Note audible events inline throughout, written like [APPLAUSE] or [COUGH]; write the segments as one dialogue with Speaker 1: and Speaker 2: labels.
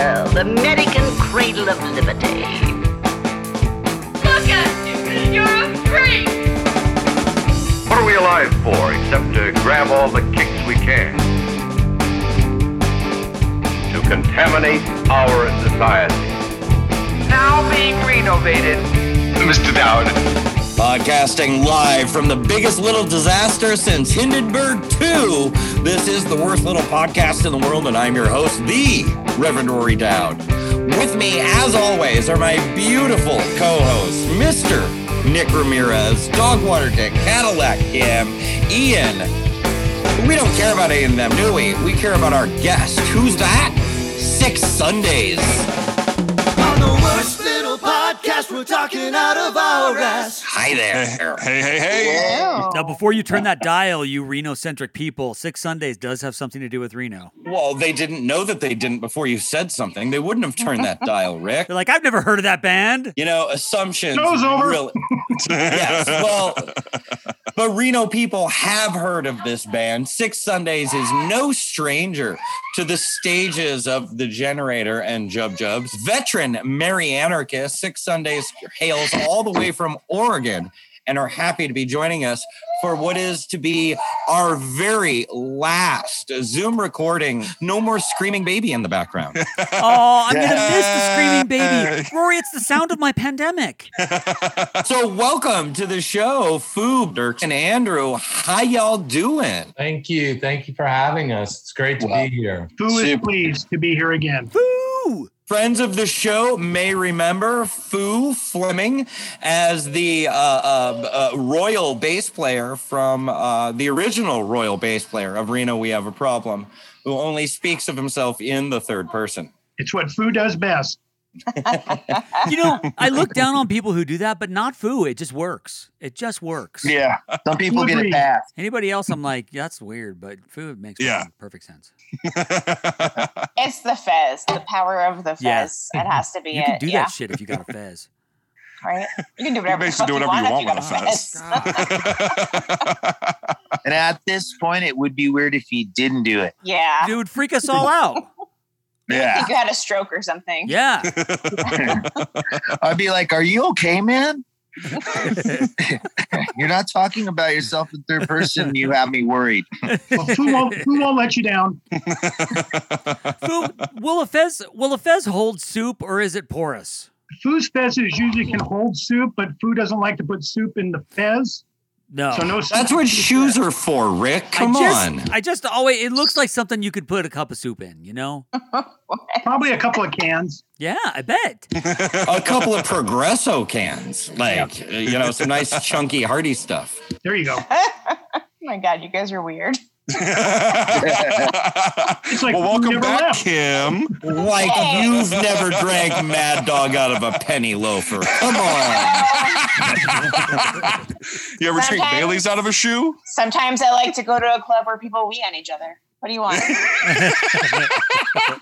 Speaker 1: American cradle of liberty.
Speaker 2: Look at you! You're a freak!
Speaker 3: What are we alive for except to grab all the kicks we can? To contaminate our society.
Speaker 4: now being renovated.
Speaker 3: Mr. Dowd.
Speaker 5: Podcasting live from the biggest little disaster since Hindenburg 2. This is the worst little podcast in the world, and I'm your host, the Reverend Rory Dowd. With me, as always, are my beautiful co hosts, Mr. Nick Ramirez, Dogwater Dick, Cadillac Cam, Ian. We don't care about any of them, do we? We care about our guest. Who's that? Six Sundays.
Speaker 6: On the worst little podcast, we're talking out of our ass.
Speaker 5: Hi there.
Speaker 7: Hey, hey, hey.
Speaker 8: Now, before you turn that dial, you Reno-centric people, Six Sundays does have something to do with Reno.
Speaker 5: Well, they didn't know that they didn't before you said something. They wouldn't have turned
Speaker 8: [LAUGHS]
Speaker 5: that dial, Rick.
Speaker 8: They're like, I've never heard of that band.
Speaker 5: You know, assumptions.
Speaker 7: Show's over.
Speaker 8: [LAUGHS]
Speaker 5: really- yes. Well, but Reno people have heard of this band. Six Sundays is no stranger to the stages of The Generator and Jub Jubs. Veteran Merry Anarchist, Six Sundays hails all the way from Oregon and are happy to be joining us for what is to be our very last Zoom recording. No more screaming baby in the background.
Speaker 8: Oh, I'm gonna miss the screaming baby, Rory. It's the sound of my pandemic.
Speaker 5: So welcome to the show, Foob, Dirk, and Andrew. How y'all doing?
Speaker 9: Thank you. Thank you for having us. It's great to be here.
Speaker 10: Who is
Speaker 5: Super.
Speaker 10: pleased to be here again?
Speaker 8: Boo!
Speaker 5: Friends of the show may remember Foo Fleming as the uh, uh, uh, royal bass player from uh, the original royal bass player of Reno We Have a Problem, who only speaks of himself in the third person.
Speaker 10: It's what Foo does best.
Speaker 8: You know, I look down on people who do that, but not Foo. It just works. It just works.
Speaker 11: Yeah, some people get
Speaker 10: Agreed.
Speaker 11: it passed.
Speaker 8: Anybody else, I'm like, that's weird, but Foo makes
Speaker 7: Yeah.
Speaker 8: perfect sense.
Speaker 12: It's the fez, the power of the
Speaker 8: Yeah.
Speaker 12: fez. It has to be
Speaker 8: You
Speaker 12: it.
Speaker 8: can do
Speaker 12: yeah,
Speaker 8: that shit if you got a fez. [LAUGHS]
Speaker 12: right. You can do
Speaker 7: You
Speaker 12: whatever. the
Speaker 7: basically do
Speaker 12: fuck
Speaker 7: whatever you want
Speaker 12: if
Speaker 7: with a
Speaker 12: got
Speaker 7: fest.
Speaker 11: And at this point, it would be weird if you didn't do it.
Speaker 12: [LAUGHS] yeah.
Speaker 8: It would freak us all out.
Speaker 12: [LAUGHS]
Speaker 11: Yeah.
Speaker 12: If you had a stroke or something.
Speaker 8: Yeah.
Speaker 11: [LAUGHS] I'd be like, Are you okay, man? [LAUGHS] You're not talking about yourself in third person. You have me worried.
Speaker 10: Well, Foo [LAUGHS]
Speaker 11: [LAUGHS]
Speaker 10: won't, Foo won't let you down.
Speaker 8: Foo, will a fez will a fez hold soup or is it porous?
Speaker 10: Foo's fezzes usually can hold soup, but Foo doesn't like to put soup in the fez.
Speaker 8: No.
Speaker 10: So no.
Speaker 5: That's what shoes are for, Rick. Come
Speaker 8: I just,
Speaker 5: on.
Speaker 8: I just always it looks like something you could put a cup of soup in, you know?
Speaker 10: Probably a couple of cans.
Speaker 8: Yeah, I bet.
Speaker 5: A couple of Progresso cans, like, you know, some nice chunky, hearty stuff.
Speaker 10: There you go.
Speaker 12: Oh my god, you guys are weird.
Speaker 7: well,
Speaker 10: like you
Speaker 7: welcome
Speaker 10: never
Speaker 7: back,
Speaker 10: left.
Speaker 7: Kim.
Speaker 5: Like
Speaker 12: Hey.
Speaker 5: you've never drank Mad Dog out of a penny loafer. Come on.
Speaker 7: You ever drink
Speaker 12: Sometimes-
Speaker 7: Bailey's out of a shoe?
Speaker 12: Sometimes I like to go to a club where people wee on each other. What do you
Speaker 7: [LAUGHS]
Speaker 12: want?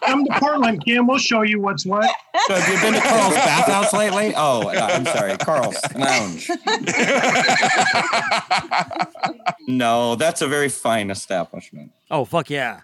Speaker 10: Come to Portland, Kim. We'll show you what's what.
Speaker 5: So have you been to Carl's bathhouse lately? Oh, no, I'm sorry, Carl's lounge. no, that's a very fine establishment.
Speaker 8: Oh fuck yeah.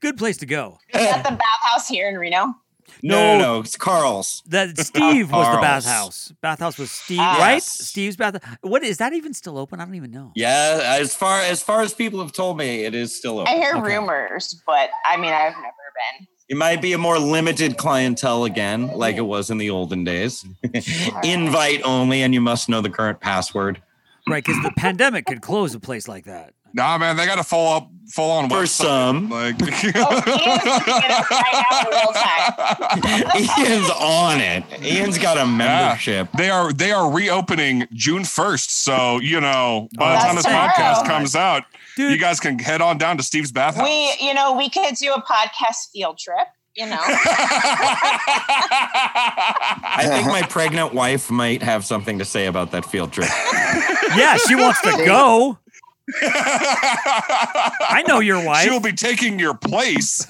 Speaker 8: Good place to go.
Speaker 12: Is that the bathhouse here in Reno?
Speaker 5: No, no, no, it's Carl's.
Speaker 8: That Steve was the
Speaker 5: Carl's.
Speaker 8: bathhouse. Bathhouse was Steve,
Speaker 12: Ah.
Speaker 8: right?
Speaker 5: Yes.
Speaker 8: Steve's bathhouse. What is that even still open? I don't even know.
Speaker 5: Yeah, as far as far as people have told me, it is
Speaker 7: Oh,
Speaker 5: still
Speaker 12: I
Speaker 5: open.
Speaker 12: hear
Speaker 8: Okay.
Speaker 12: rumors, but I mean, I've never been.
Speaker 5: It might be a more limited clientele again, like it was in the olden days. [LAUGHS] Invite only, and you must know the current password.
Speaker 8: Right, because the pandemic could close a place like that.
Speaker 7: Nah, man, they got to full up, full on
Speaker 5: For
Speaker 7: website.
Speaker 5: some,
Speaker 7: Like, [LAUGHS]
Speaker 12: Oh, Ian's looking it up right now the whole time.
Speaker 5: [LAUGHS] Ian's on it. Ian's got a membership.
Speaker 7: they are they are reopening June first. So you know, by the
Speaker 8: Oh,
Speaker 7: time this
Speaker 12: that's
Speaker 7: podcast
Speaker 12: tomorrow.
Speaker 7: comes out,
Speaker 8: Dude,
Speaker 7: you guys can head on down to Steve's bathhouse.
Speaker 12: We, you know, we could do a podcast field trip. You
Speaker 7: [LAUGHS]
Speaker 12: know,
Speaker 5: I think my pregnant wife might have something to say about that field trip.
Speaker 8: [LAUGHS] [LAUGHS] yeah, she wants to go. I
Speaker 7: [LAUGHS]
Speaker 8: know your wife.
Speaker 7: She'll be taking your place.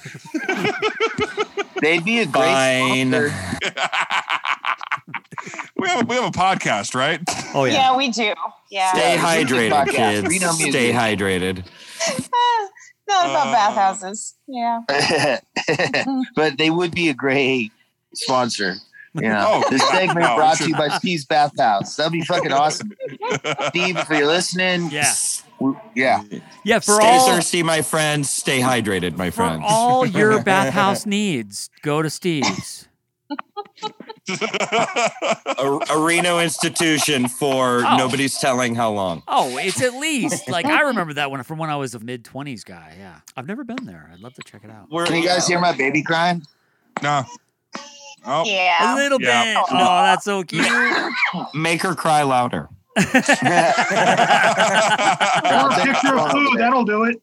Speaker 11: [LAUGHS] They'd be a great
Speaker 5: Fine.
Speaker 11: sponsor.
Speaker 7: [LAUGHS] We have we have a podcast, right?
Speaker 8: oh
Speaker 12: yeah.
Speaker 8: yeah.
Speaker 12: we do. Yeah.
Speaker 5: Stay
Speaker 11: Yeah, we should do
Speaker 5: hydrated,
Speaker 11: podcasts.
Speaker 5: kids.
Speaker 11: We know music.
Speaker 12: [LAUGHS]
Speaker 5: Stay hydrated.
Speaker 12: Eh, Not about
Speaker 7: Uh,
Speaker 12: bathhouses. Yeah.
Speaker 11: but they would be a great sponsor. Yeah.
Speaker 6: Oh,
Speaker 11: this
Speaker 6: yeah,
Speaker 11: segment
Speaker 6: no, we
Speaker 11: brought to you by
Speaker 6: shouldn't.
Speaker 11: Steve's Bathhouse. That'd be fucking
Speaker 6: [LAUGHS]
Speaker 11: awesome. Steve, if you're listening,
Speaker 8: yeah.
Speaker 11: Yeah. [LAUGHS]
Speaker 8: Yeah, for
Speaker 5: stay
Speaker 8: all-
Speaker 5: thirsty, my friends. Stay hydrated, my friends. [LAUGHS]
Speaker 8: All [LAUGHS] your bathhouse needs go to Steve's.
Speaker 5: a, a Reno institution for
Speaker 8: Oh.
Speaker 5: nobody's telling how long.
Speaker 8: Oh, it's at least like I remember that one from when I was a mid twenties guy. Yeah, I've never been there. I'd love to check it out.
Speaker 11: Can you guys hear my baby crying?
Speaker 7: No. Oh.
Speaker 12: Yeah.
Speaker 8: A little
Speaker 5: Yeah.
Speaker 8: bit.
Speaker 5: No.
Speaker 8: Oh, that's so cute.
Speaker 5: Make her cry
Speaker 8: [LAUGHS]
Speaker 10: Or
Speaker 5: louder.
Speaker 10: a picture of food. That'll do it.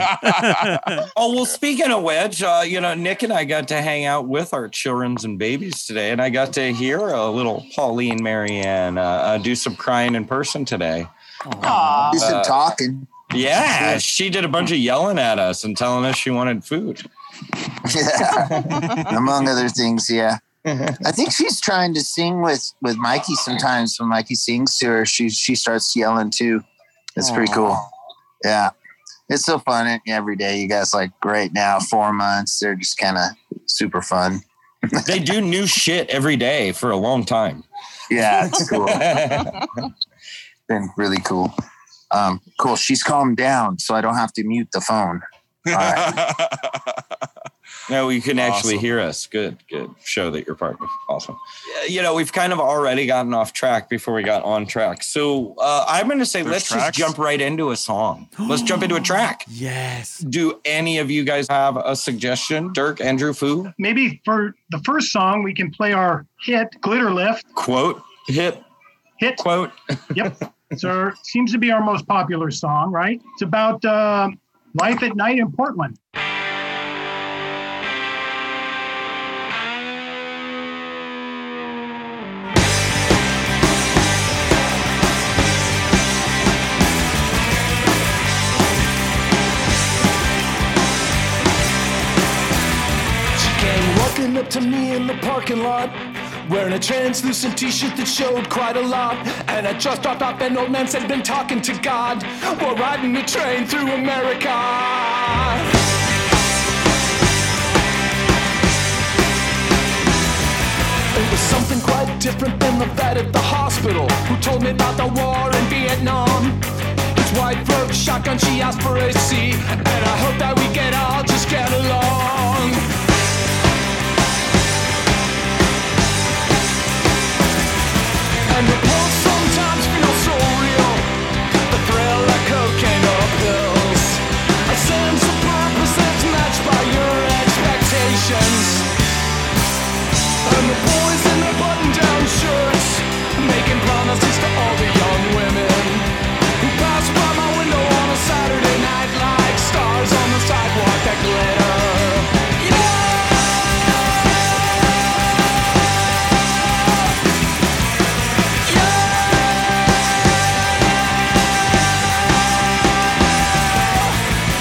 Speaker 5: oh well speaking of which uh, you know nick and i got to hang out with our children's and babies today and i got to hear a little pauline marianne uh, uh, do some crying in person today
Speaker 11: Do some
Speaker 5: Uh,
Speaker 11: talking.
Speaker 5: yeah she did a bunch of yelling at us and telling us she wanted food
Speaker 11: [LAUGHS] Yeah. Among other things, yeah. I think she's trying to sing with with Mikey sometimes. When Mikey sings to her, she she starts yelling too. It's pretty
Speaker 6: Aw.
Speaker 11: cool. Yeah. It's so fun every day. You guys like right now, four months. They're just kind of super fun. [LAUGHS]
Speaker 5: they do new shit every day for a long time
Speaker 11: Yeah,
Speaker 5: [LAUGHS]
Speaker 11: it's cool. Been really cool. Um, cool. She's calmed down, so I don't have to mute the
Speaker 5: [LAUGHS]
Speaker 11: phone. All right.
Speaker 5: No, you can actually
Speaker 11: Awesome.
Speaker 5: hear us. Good, good. Show that you're part of. Awesome. Yeah, You know, we've kind of already gotten off track before we got on track. So uh, I'm going to say
Speaker 7: There's
Speaker 5: let's
Speaker 7: tracks?
Speaker 5: just jump right into a song. Let's jump into a track.
Speaker 8: Yes.
Speaker 5: Do any of you guys have a suggestion? Dirk, Andrew, Foo,
Speaker 10: Maybe for the first song, we can play our hit "Glitter Lift."
Speaker 5: quote, hit,
Speaker 10: hit,
Speaker 5: quote.
Speaker 10: [LAUGHS] Yep, it's our seems to be our most popular song. Right? It's about uh, life at night in Portland.
Speaker 13: She came walking up to me in the parking lot, wearing a translucent t-shirt that showed quite a lot. And I just dropped off an old man said been talking to God while riding a train through America. It was something quite different than the vet at the hospital who told me about the war in Vietnam. His wife broke shotgun, she asked for a seat, and I hope that we can all just get along. And the pulse sometimes feels so real. The thrill of cocaine or pills. A sense of purpose that's matched by your expectations. And the boys in their button-down shirts making promises to all the young women who pass by my window on a Saturday night like stars on the sidewalk that glitter.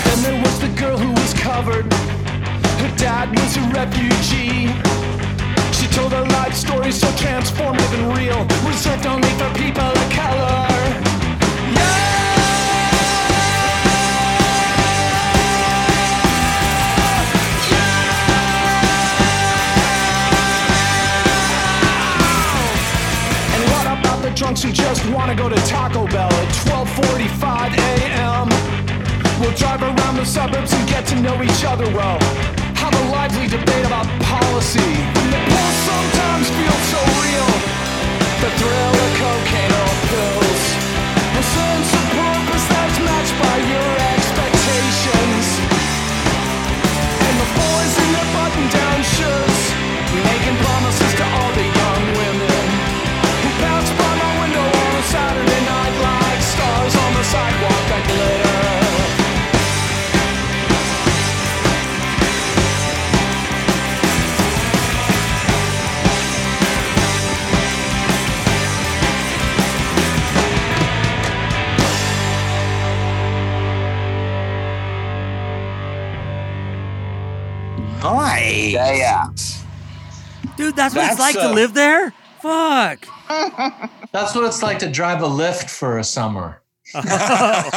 Speaker 13: Then there was the girl who was covered. Her dad was a refugee. She told her life story so transformative and real, reserved only for people of color. And what about the drunks who just wanna go to Taco Bell at 12:45 a.m.? We'll drive around the suburbs and get to know each other well. Have a lively debate about policy. And the pulse sometimes feels so real. The thrill of cocaine or pills. A sense of purpose that's matched by your expectations. And the boys in their button-down shirts making promises to all the young women. Who bounce by my window on a Saturday night like stars on the sidewalk that glitter.
Speaker 5: Nice.
Speaker 11: Yeah, yeah.
Speaker 8: Dude, that's what it's
Speaker 9: That's,
Speaker 8: like to
Speaker 9: uh,
Speaker 8: live there. Fuck.
Speaker 11: [LAUGHS]
Speaker 5: [LAUGHS]
Speaker 9: That's what it's like to drive a lift for a summer. That's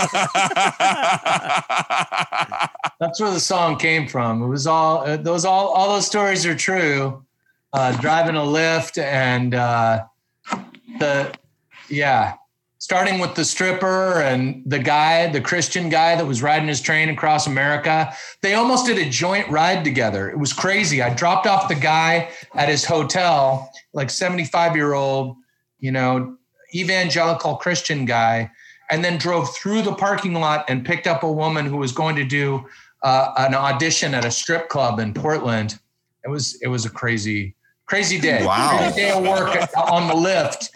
Speaker 9: where the song came from. It was all uh, those all all those stories are true. Uh, driving a lift and uh, the yeah, starting with the stripper and the guy, the Christian guy that was riding his train across America. They almost did a joint ride together. It was crazy. I dropped off the guy at his hotel, like 75 year old, you know, evangelical Christian guy, and then drove through the parking lot and picked up a woman who was going to do uh, an audition at a strip club in Portland. It was it was a crazy crazy day.
Speaker 14: Wow.
Speaker 9: Crazy day of work on the lift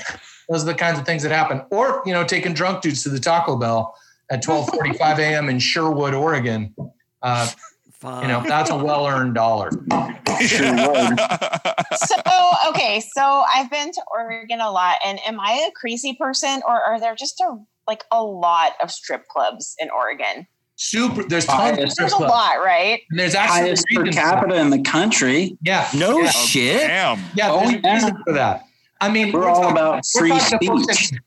Speaker 9: those are the kinds of things that happen or you know taking drunk dudes to the taco bell at 12.45 a.m in sherwood oregon uh, you know that's a well-earned dollar
Speaker 11: Sherwood.
Speaker 12: So okay, so I've been to Oregon a lot, and am I a crazy person, or are there just a like a lot of strip clubs in Oregon?
Speaker 9: super there's tons of
Speaker 12: There's
Speaker 9: strip
Speaker 12: a
Speaker 9: clubs.
Speaker 12: lot, right?
Speaker 9: And there's actually
Speaker 15: Highest
Speaker 9: a
Speaker 15: per
Speaker 9: reason for
Speaker 15: capita
Speaker 9: that.
Speaker 15: in the country.
Speaker 9: Yeah.
Speaker 5: No
Speaker 9: Yeah.
Speaker 5: shit.
Speaker 9: Yeah,
Speaker 15: Oh,
Speaker 9: there's a
Speaker 15: yeah.
Speaker 9: reason for that. I mean,
Speaker 15: We're all about free
Speaker 9: talking to folks
Speaker 15: speech.
Speaker 9: in-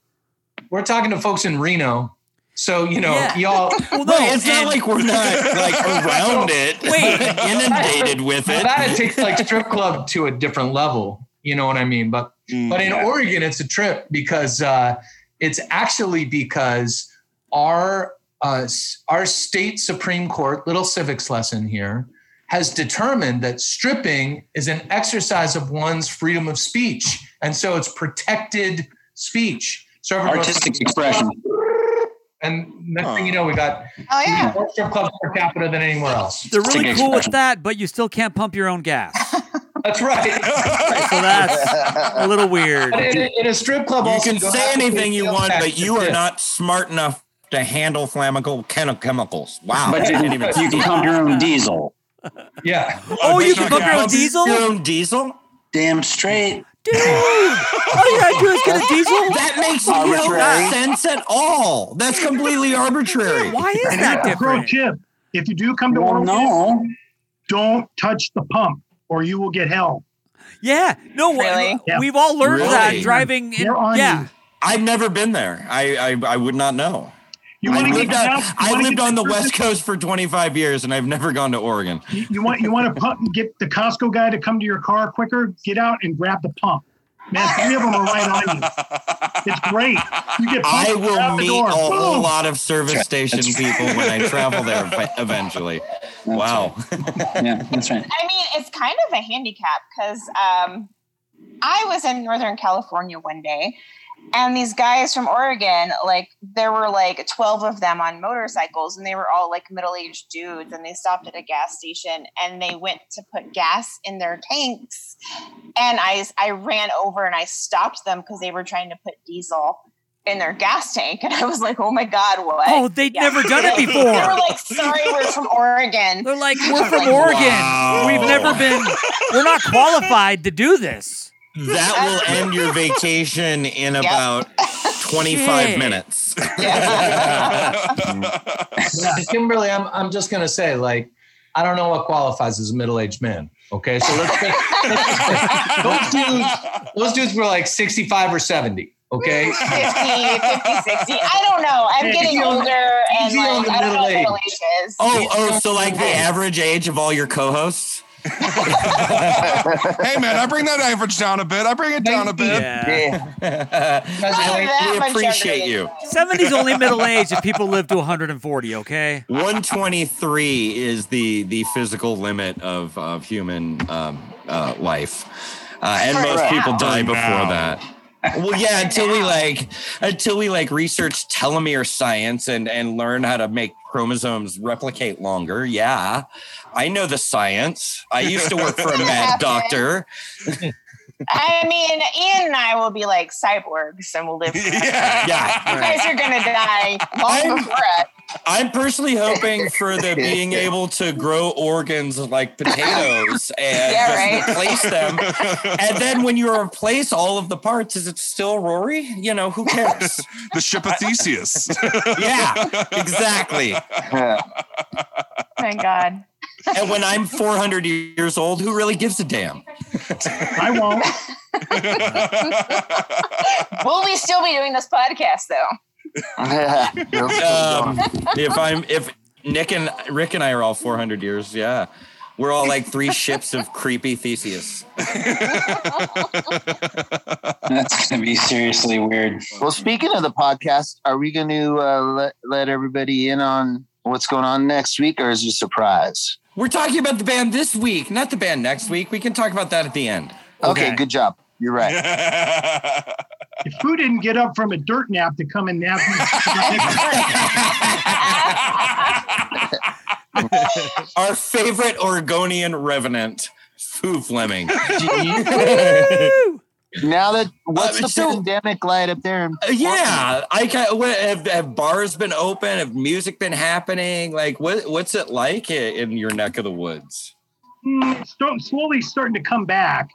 Speaker 9: we're talking to folks in Reno, so you know,
Speaker 5: Yeah.
Speaker 9: y'all.
Speaker 8: Well, no,
Speaker 5: Right, it's not
Speaker 8: and-
Speaker 5: like we're not like around it,
Speaker 8: Wait.
Speaker 5: inundated with it.
Speaker 9: Nevada takes like strip club to a different level. You know what I mean? But but in Oregon, it's a trip because uh, it's actually because our uh, s- our state supreme court little civics lesson here has determined that stripping is an exercise of one's freedom of speech, and so it's protected speech. So everyone-
Speaker 15: Artistic expression.
Speaker 9: And next thing you know, we got
Speaker 12: Oh yeah.
Speaker 9: more strip clubs per capita than anywhere else.
Speaker 8: They're really
Speaker 15: Stick
Speaker 8: cool with
Speaker 15: expression.
Speaker 8: that, but you still can't pump your own gas.
Speaker 11: [LAUGHS]
Speaker 8: So
Speaker 9: That's right.
Speaker 8: that's a little weird.
Speaker 9: But in, a, in a strip club,
Speaker 5: You
Speaker 9: also,
Speaker 5: can
Speaker 9: don't
Speaker 5: say
Speaker 9: have to pay
Speaker 5: anything you
Speaker 9: sales
Speaker 5: want,
Speaker 9: tax
Speaker 5: but
Speaker 9: to
Speaker 5: you are
Speaker 9: tip.
Speaker 5: not smart enough to handle flammable chemi- chemicals. Wow.
Speaker 15: But you,
Speaker 5: I didn't even
Speaker 15: you can pump your own diesel.
Speaker 9: Yeah.
Speaker 8: Oh, you can
Speaker 5: Check
Speaker 8: pump your
Speaker 5: out.
Speaker 8: own diesel,
Speaker 5: Your
Speaker 8: dude.
Speaker 5: own diesel?
Speaker 15: Damn straight.
Speaker 8: All you gotta do is get
Speaker 5: [LAUGHS]
Speaker 8: a diesel.
Speaker 5: That makes no
Speaker 15: Arbitrary.
Speaker 5: sense at all. That's
Speaker 8: [LAUGHS]
Speaker 5: completely arbitrary.
Speaker 8: Why is that
Speaker 10: Pro
Speaker 8: different?
Speaker 10: tip: If you do come to
Speaker 15: Well,
Speaker 10: Oregon,
Speaker 15: no.
Speaker 10: don't touch the pump, or you will get hell.
Speaker 8: Yeah, no,
Speaker 12: Really?
Speaker 8: we- we've all learned that
Speaker 5: Really?
Speaker 8: driving. In,
Speaker 10: They're on
Speaker 8: yeah,
Speaker 5: I've never been there. I I, I would not know.
Speaker 10: You
Speaker 5: I
Speaker 10: want to
Speaker 5: lived,
Speaker 10: get
Speaker 5: on,
Speaker 10: down?
Speaker 5: I lived on the West Coast for 25 years, and I've never gone to Oregon.
Speaker 10: You, you want you want to pump, get the Costco guy to come to your car quicker. Get out and grab the pump. Man, three of them are right on you. It's great. You get
Speaker 5: I
Speaker 10: pumped
Speaker 5: will
Speaker 10: out the
Speaker 5: meet
Speaker 10: door.
Speaker 5: a whole
Speaker 10: Boom.
Speaker 5: lot of service station
Speaker 15: That's
Speaker 5: people when I travel there
Speaker 15: [LAUGHS]
Speaker 5: ev- eventually.
Speaker 15: That's
Speaker 5: Wow.
Speaker 15: right. Yeah, that's right.
Speaker 12: I mean, it's kind of a handicap because um, I was in Northern California one day, and these guys from Oregon, like there were like twelve of them on motorcycles, and they were all like middle-aged dudes, and they stopped at a gas station and they went to put gas in their tanks, and I I ran over and I stopped them because they were trying to put diesel. In their gas tank, and I was like, "Oh my God, what?"
Speaker 8: Oh, they'd never done
Speaker 12: [LAUGHS]
Speaker 8: it
Speaker 12: They-
Speaker 8: before.
Speaker 12: They were like, "Sorry, we're from Oregon."
Speaker 8: they're like we're from
Speaker 12: Like,
Speaker 8: Oregon.
Speaker 5: wow.
Speaker 8: We've never been. We're not qualified to do this.
Speaker 5: That will end your vacation in
Speaker 12: Yep.
Speaker 5: about 25
Speaker 8: Shit.
Speaker 5: minutes.
Speaker 9: Yeah, Kimberly, I'm, I'm just gonna say, like, I don't know what qualifies as a middle-aged man. Okay, so let's think, those dudes, those dudes were like 65 or 70. Okay,
Speaker 12: 50, 50, 60.
Speaker 6: [LAUGHS]
Speaker 12: I don't know. I'm getting older and
Speaker 9: He's on
Speaker 12: like,
Speaker 9: the
Speaker 12: I don't know what
Speaker 9: middle
Speaker 12: middle age is.
Speaker 5: Oh, oh, so like the average age of all your co-hosts?
Speaker 7: hey man, I bring that average down a bit. I bring it down a bit.
Speaker 5: Yeah. [LAUGHS]
Speaker 12: Not
Speaker 5: we
Speaker 12: that
Speaker 5: we
Speaker 12: much
Speaker 5: appreciate
Speaker 12: younger
Speaker 5: you.
Speaker 12: than I am.
Speaker 8: 70s only middle age if people live to 140. Okay.
Speaker 5: 123 is the the physical limit of of human um, uh, life, uh, and
Speaker 12: For
Speaker 5: most
Speaker 12: now.
Speaker 5: people die
Speaker 7: For
Speaker 5: before
Speaker 7: now.
Speaker 5: that. Well, yeah, until we like until we like research telomere science and and learn how to make chromosomes replicate longer. Yeah, I know the science. I used to work for a
Speaker 12: Happen.
Speaker 5: mad doctor.
Speaker 12: I mean, Ian and I will be like cyborgs and we'll live. forever.
Speaker 7: Yeah.
Speaker 5: Yeah,
Speaker 12: You guys are gonna die long
Speaker 5: I'm-
Speaker 12: before us.
Speaker 5: I'm personally hoping for the being able to grow organs like potatoes and
Speaker 12: Yeah,
Speaker 5: just replace them. And then when you replace all of the parts, is it still Rory? You know, who cares?
Speaker 7: The ship of Theseus.
Speaker 5: [LAUGHS] yeah, exactly.
Speaker 11: Yeah.
Speaker 12: Oh my God.
Speaker 5: And when I'm 400 years old, who really gives a damn?
Speaker 10: I
Speaker 5: [LAUGHS]
Speaker 10: won't.
Speaker 12: Will we still be doing this podcast though?
Speaker 5: um, if I'm if Nick and Rick and I are all 400 years, yeah, we're all like three ships of creepy Theseus.
Speaker 15: That's gonna be seriously weird.
Speaker 11: Well, speaking of the podcast, are we going to uh, let let everybody in on what's going on next week, or is it a surprise?
Speaker 5: We're talking about the band this week, not the band next week. We can talk about that at the end.
Speaker 11: Okay, good job. You're
Speaker 5: right.
Speaker 10: If Fu didn't get up from a dirt nap to come and
Speaker 9: [LAUGHS]
Speaker 10: nap,
Speaker 5: [LAUGHS] Our favorite Oregonian revenant, Foo Fleming.
Speaker 11: now that what's
Speaker 5: Uh,
Speaker 11: the
Speaker 5: so-
Speaker 11: pandemic light up there? In
Speaker 5: Uh, yeah, I can, what, have, have bars been open? Have music been happening? Like, what what's it like i- in your neck of the woods?
Speaker 10: Mm, it's sto- slowly starting to come back.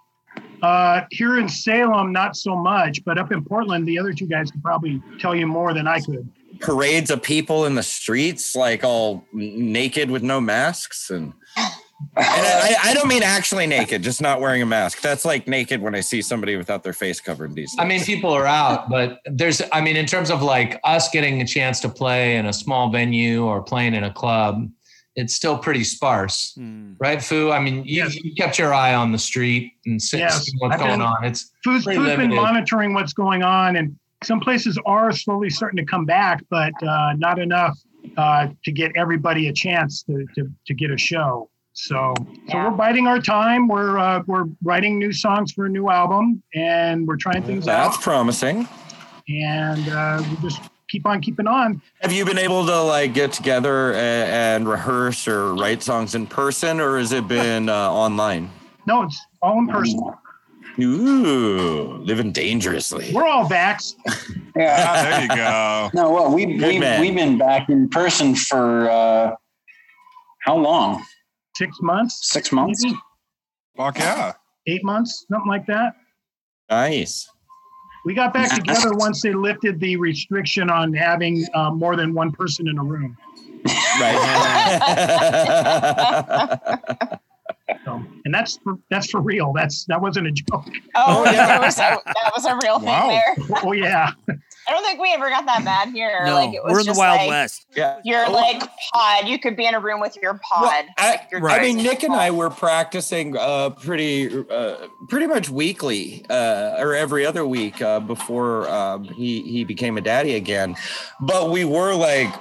Speaker 10: Uh, here in Salem, not so much, but up in Portland, the other two guys could probably tell you more than I could.
Speaker 5: Parades of people in the streets, like all n- naked with no masks, and, and I, I don't mean actually naked, just not wearing a mask. That's like naked when I see somebody without their face covered these days.
Speaker 9: I mean, people are out, but there's, I mean, in terms of like us getting a chance to play in a small venue or playing in a club, it's still pretty sparse, right, Foo? I mean, you, you kept your eye on the street and se-
Speaker 10: Yes.
Speaker 9: seeing what's
Speaker 10: I've
Speaker 9: going
Speaker 10: been-
Speaker 9: on. It's
Speaker 10: Food's,
Speaker 9: pretty
Speaker 10: food's been
Speaker 9: limited.
Speaker 10: monitoring what's going on, and some places are slowly starting to come back, but uh, not enough uh, to get everybody a chance to, to, to get a show. So, so we're biding our time. We're uh, we're writing new songs for a new album, and we're trying things
Speaker 5: That's
Speaker 10: out,
Speaker 5: promising.
Speaker 10: and uh, we just keep on keeping on.
Speaker 5: Have you been able to like get together a- and rehearse or write songs in person, or has it been uh, online?
Speaker 10: No, it's all in person.
Speaker 5: Ooh, living dangerously.
Speaker 10: We're all vaxxed.
Speaker 5: Ah,
Speaker 10: Ah,
Speaker 5: there you go.
Speaker 15: [LAUGHS] No, well, we
Speaker 5: Good
Speaker 15: we
Speaker 5: man.
Speaker 15: we've been back in person for uh, how long?
Speaker 10: Six months.
Speaker 15: Six months.
Speaker 7: Fuck yeah.
Speaker 10: Eight months, something like that. [LAUGHS]
Speaker 15: [LAUGHS]
Speaker 5: Nice.
Speaker 10: We got back together once they lifted the restriction on having uh, more than one person in a room.
Speaker 5: Right.
Speaker 10: So, and that's for, that's for real. That's that wasn't a joke.
Speaker 12: Oh, that,
Speaker 10: [LAUGHS]
Speaker 12: was a, that was a real thing there.
Speaker 10: Oh yeah.
Speaker 12: I don't think we ever got that bad here.
Speaker 8: No,
Speaker 12: like it was
Speaker 8: we're in the
Speaker 12: just
Speaker 8: Wild
Speaker 12: like,
Speaker 8: West.
Speaker 5: Yeah.
Speaker 12: You're like pod. You could be in a room with your pod.
Speaker 5: I,
Speaker 12: You're
Speaker 5: I mean,
Speaker 12: just-
Speaker 5: Nick and I were practicing uh, pretty, uh, pretty much weekly uh, or every other week uh, before um, he he became a daddy again. But we were like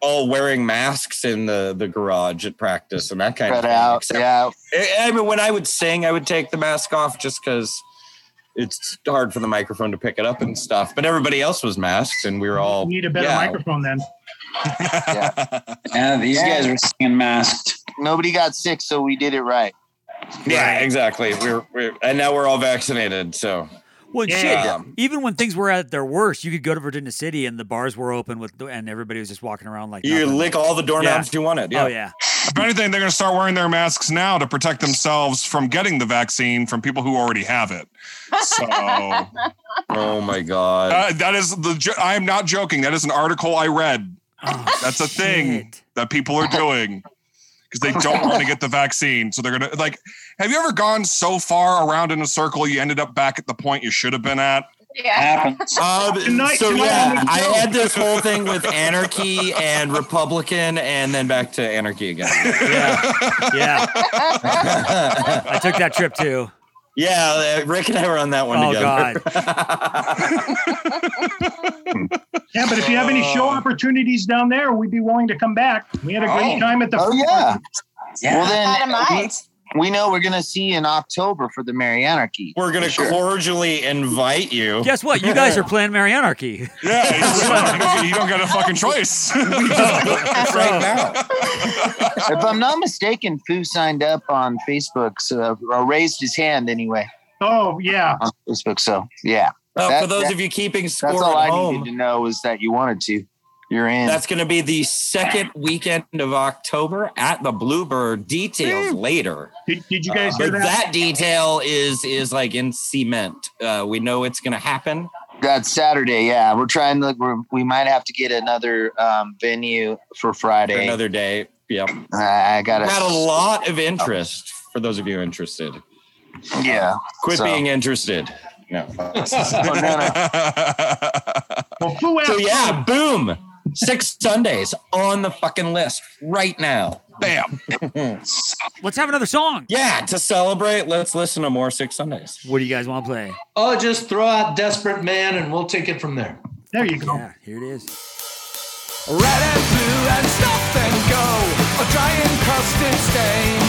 Speaker 5: all wearing masks in the the garage at practice and that kind
Speaker 11: Spread
Speaker 5: of thing.
Speaker 11: out, yeah.
Speaker 5: e, I, I mean, when I would sing, I would take the mask off just because it's hard for the microphone to pick it up and stuff. But everybody else was masked, and we were all
Speaker 10: Need a better
Speaker 5: yeah.
Speaker 10: microphone then.
Speaker 15: Yeah, these
Speaker 11: Yeah.
Speaker 15: guys were singing masked.
Speaker 11: Nobody got sick, so we did it right.
Speaker 5: Yeah, exactly. We're, we're and now we're all vaccinated, so.
Speaker 8: Well, and
Speaker 5: Yeah.
Speaker 8: shit. Even when things were at their worst, you could go to Virginia City and the bars were open with, and everybody was just walking around like
Speaker 5: You
Speaker 8: nothing.
Speaker 5: lick all the doorknobs you wanted. Yeah.
Speaker 8: Oh yeah.
Speaker 7: If anything, they're going to start wearing their masks now to protect themselves from getting the vaccine from people who already have it. So
Speaker 8: [LAUGHS]
Speaker 7: uh,
Speaker 5: Oh my god.
Speaker 7: that is the. jo- I am not joking. That is an article I read.
Speaker 8: Oh,
Speaker 7: That's a thing that people are doing because they don't want to get the vaccine. So they're gonna like. Have you ever gone so far around in a circle you ended up back at the point you should have been at?
Speaker 15: Happens.
Speaker 5: Um,
Speaker 7: Tonight-
Speaker 5: so
Speaker 7: tonight on
Speaker 5: yeah,
Speaker 7: the
Speaker 5: I
Speaker 7: show.
Speaker 5: had this whole thing with anarchy and Republican, and then back to anarchy again. [LAUGHS]
Speaker 8: Yeah.
Speaker 5: I
Speaker 8: took that trip too.
Speaker 5: [LAUGHS] Yeah, uh, Rick and I were on that one
Speaker 8: Oh,
Speaker 5: together.
Speaker 10: Yeah, but if you have any
Speaker 5: Uh.
Speaker 10: show opportunities down there, we'd be willing to come back. We had a great
Speaker 11: Oh.
Speaker 10: time at the.
Speaker 11: Oh yeah. Well
Speaker 12: Out of
Speaker 11: then,
Speaker 12: mind.
Speaker 11: we, we know we're going to see you in October for the Merry Anarchy.
Speaker 5: We're gonna cordially invite you.
Speaker 8: Guess what?
Speaker 5: [LAUGHS]
Speaker 8: You guys are playing Marianarchy.
Speaker 7: Yeah,
Speaker 8: [LAUGHS]
Speaker 7: you don't- you don't got a fucking
Speaker 5: [LAUGHS]
Speaker 7: choice.
Speaker 5: right now.
Speaker 11: [LAUGHS] if I'm not mistaken, Foo signed up on Facebook, so, or raised his hand anyway
Speaker 10: Oh yeah.
Speaker 11: on Facebook. So yeah,
Speaker 5: Uh,
Speaker 11: That-
Speaker 5: for those
Speaker 11: that-
Speaker 5: of you keeping score
Speaker 11: that's all
Speaker 5: at
Speaker 11: I
Speaker 5: home,
Speaker 11: needed to know is that you wanted to. You're in.
Speaker 5: that's going to be the
Speaker 11: [LAUGHS]
Speaker 5: second weekend of October at the Bluebird. Details later.
Speaker 10: Did, did you guys
Speaker 5: Uh,
Speaker 10: hear
Speaker 5: but
Speaker 10: that?
Speaker 5: that detail is is like in cement. Uh, we know it's going to happen.
Speaker 11: That's Saturday. Yeah, we're trying to. We're, we might have to get another um, venue for Friday.
Speaker 5: For another day. Yep.
Speaker 11: I I gotta.
Speaker 5: Had a lot of interest for those of you interested.
Speaker 11: Yeah.
Speaker 5: Quit
Speaker 11: so-
Speaker 5: being interested. No. [LAUGHS]
Speaker 11: Oh, no,
Speaker 5: so yeah, boom. Six Sundays on the fucking list right now. [LAUGHS] Bam.
Speaker 8: let's have another song.
Speaker 5: Yeah, to celebrate, let's listen to more Six Sundays.
Speaker 8: What do you guys want to play?
Speaker 9: Oh, just throw out Desperate Man and we'll take it from there.
Speaker 10: There you go.
Speaker 8: Yeah, here it is.
Speaker 13: Red and blue and stop and go. A dry and crusted stain.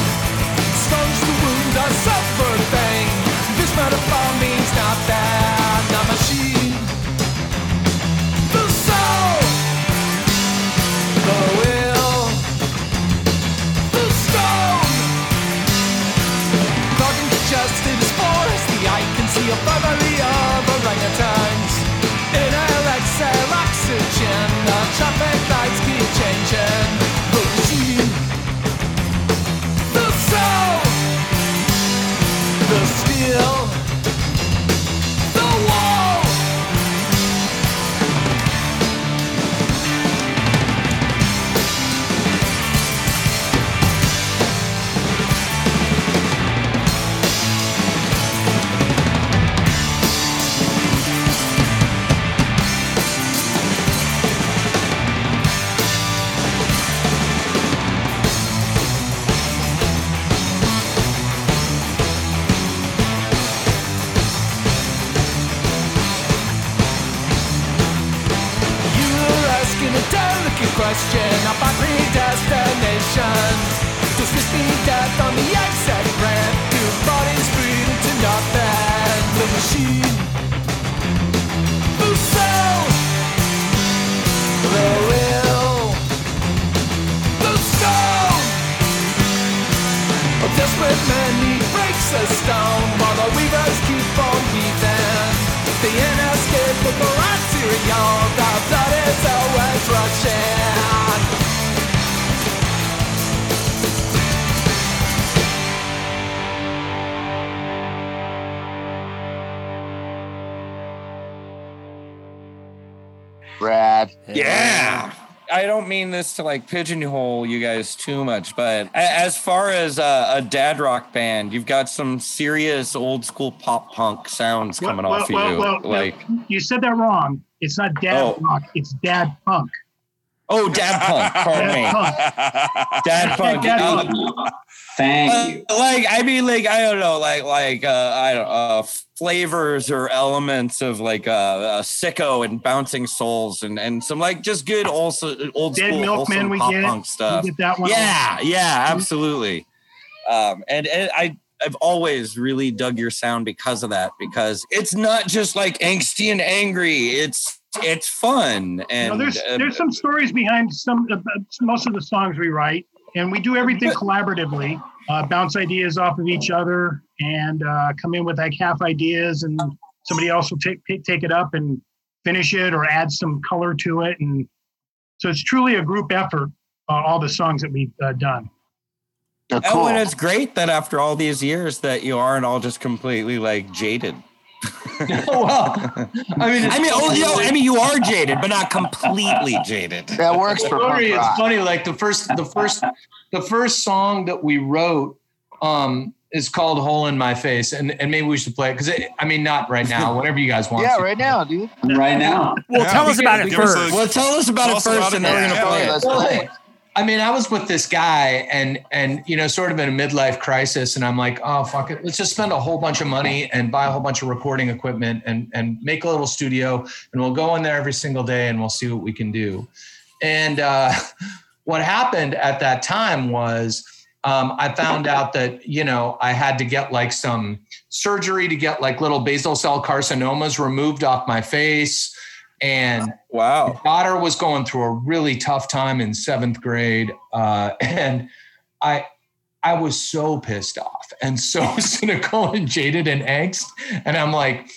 Speaker 13: Sponge the wound I suffered pain. This metaphor means not that, not machine. The soul. The will. The stone. Looking to justice for us. The eye can see a family of orangutans. Inhale, exhale, oxygen. The traffic lights keep changing. The routine. The soul. The steel. The wall. You were asking a delicate question about predestination. Does this mean death on the exit ramp? Do bodies breed into nothing? The machine. The cell. The will. The stone. A desperate man he breaks a stone while the weavers keep on beating. The inescapable arterial, the blood is always rushing.
Speaker 5: Brad. Yeah. I don't mean this to like pigeonhole you guys too much, but a- as far as a, a dad rock band, you've got some serious old school pop punk sounds coming
Speaker 10: Well,
Speaker 5: off
Speaker 10: well,
Speaker 5: of you.
Speaker 10: well, no,
Speaker 5: like,
Speaker 10: you said that wrong. It's not dad
Speaker 5: Oh.
Speaker 10: rock. It's dad punk.
Speaker 5: oh, dad punk, pardon me.
Speaker 10: [LAUGHS] Dad punk.
Speaker 5: Dad punk.
Speaker 10: Dad
Speaker 5: uh,
Speaker 15: Thank
Speaker 5: Uh, like I mean, like I don't know, like like uh, I don't uh, flavors or elements of like uh, uh, sicko and bouncing souls and and some like just good also old
Speaker 10: Dead
Speaker 5: school
Speaker 10: Milkman,
Speaker 5: wholesome
Speaker 10: we
Speaker 5: pop
Speaker 10: get it.
Speaker 5: punk stuff.
Speaker 10: We get that one. Mm-hmm.
Speaker 5: Yeah, yeah, absolutely. Um, and, and I I've always really dug your sound because of that because it's not just like angsty and angry. It's it's fun and
Speaker 10: No, there's
Speaker 5: uh,
Speaker 10: there's some stories behind some uh, most of the songs we write, and we do everything collaboratively. Uh, bounce ideas off of each other and uh, come in with like half ideas, and somebody else will take take- take it up and finish it or add some color to it, and so it's truly a group effort. Uh, all the songs that we've uh, done.
Speaker 5: Oh, and it's great that after all these years that you aren't all just completely like jaded.
Speaker 9: Oh, I mean, it's-
Speaker 5: I mean, oh, you know, I mean, you are jaded, but not completely
Speaker 9: [LAUGHS]
Speaker 5: jaded.
Speaker 11: That works for punk
Speaker 9: Sorry,
Speaker 11: rock.
Speaker 9: It's funny. Like the first, the first, the first song that we wrote um, is called "Hole in My Face," and and maybe we should play it because I mean, not right now. Whenever you guys want.
Speaker 11: Yeah,
Speaker 9: to.
Speaker 11: right now, dude.
Speaker 9: [LAUGHS]
Speaker 15: Right now.
Speaker 8: Well,
Speaker 9: Yeah,
Speaker 8: tell
Speaker 9: we
Speaker 8: us
Speaker 9: can-
Speaker 8: about it
Speaker 9: give us
Speaker 8: first.
Speaker 9: a-
Speaker 5: Well, tell us about
Speaker 9: Tell
Speaker 5: it
Speaker 9: us about
Speaker 5: first,
Speaker 9: it
Speaker 5: and then we're gonna
Speaker 9: now.
Speaker 5: play it.
Speaker 11: Let's play. it.
Speaker 9: I mean, I was with this guy, and and you know, sort of in a midlife crisis, and I'm like, oh fuck it, let's just spend a whole bunch of money and buy a whole bunch of recording equipment and and make a little studio, and we'll go in there every single day, and we'll see what we can do. And uh, [LAUGHS] what happened at that time was. Um, I found out that you know I had to get like some surgery to get like little basal cell carcinomas removed off my face, and
Speaker 5: Wow.
Speaker 9: my daughter was going through a really tough time in seventh grade, uh, [LAUGHS] and I I was so pissed off and so [LAUGHS] cynical and jaded and angst, and I'm like,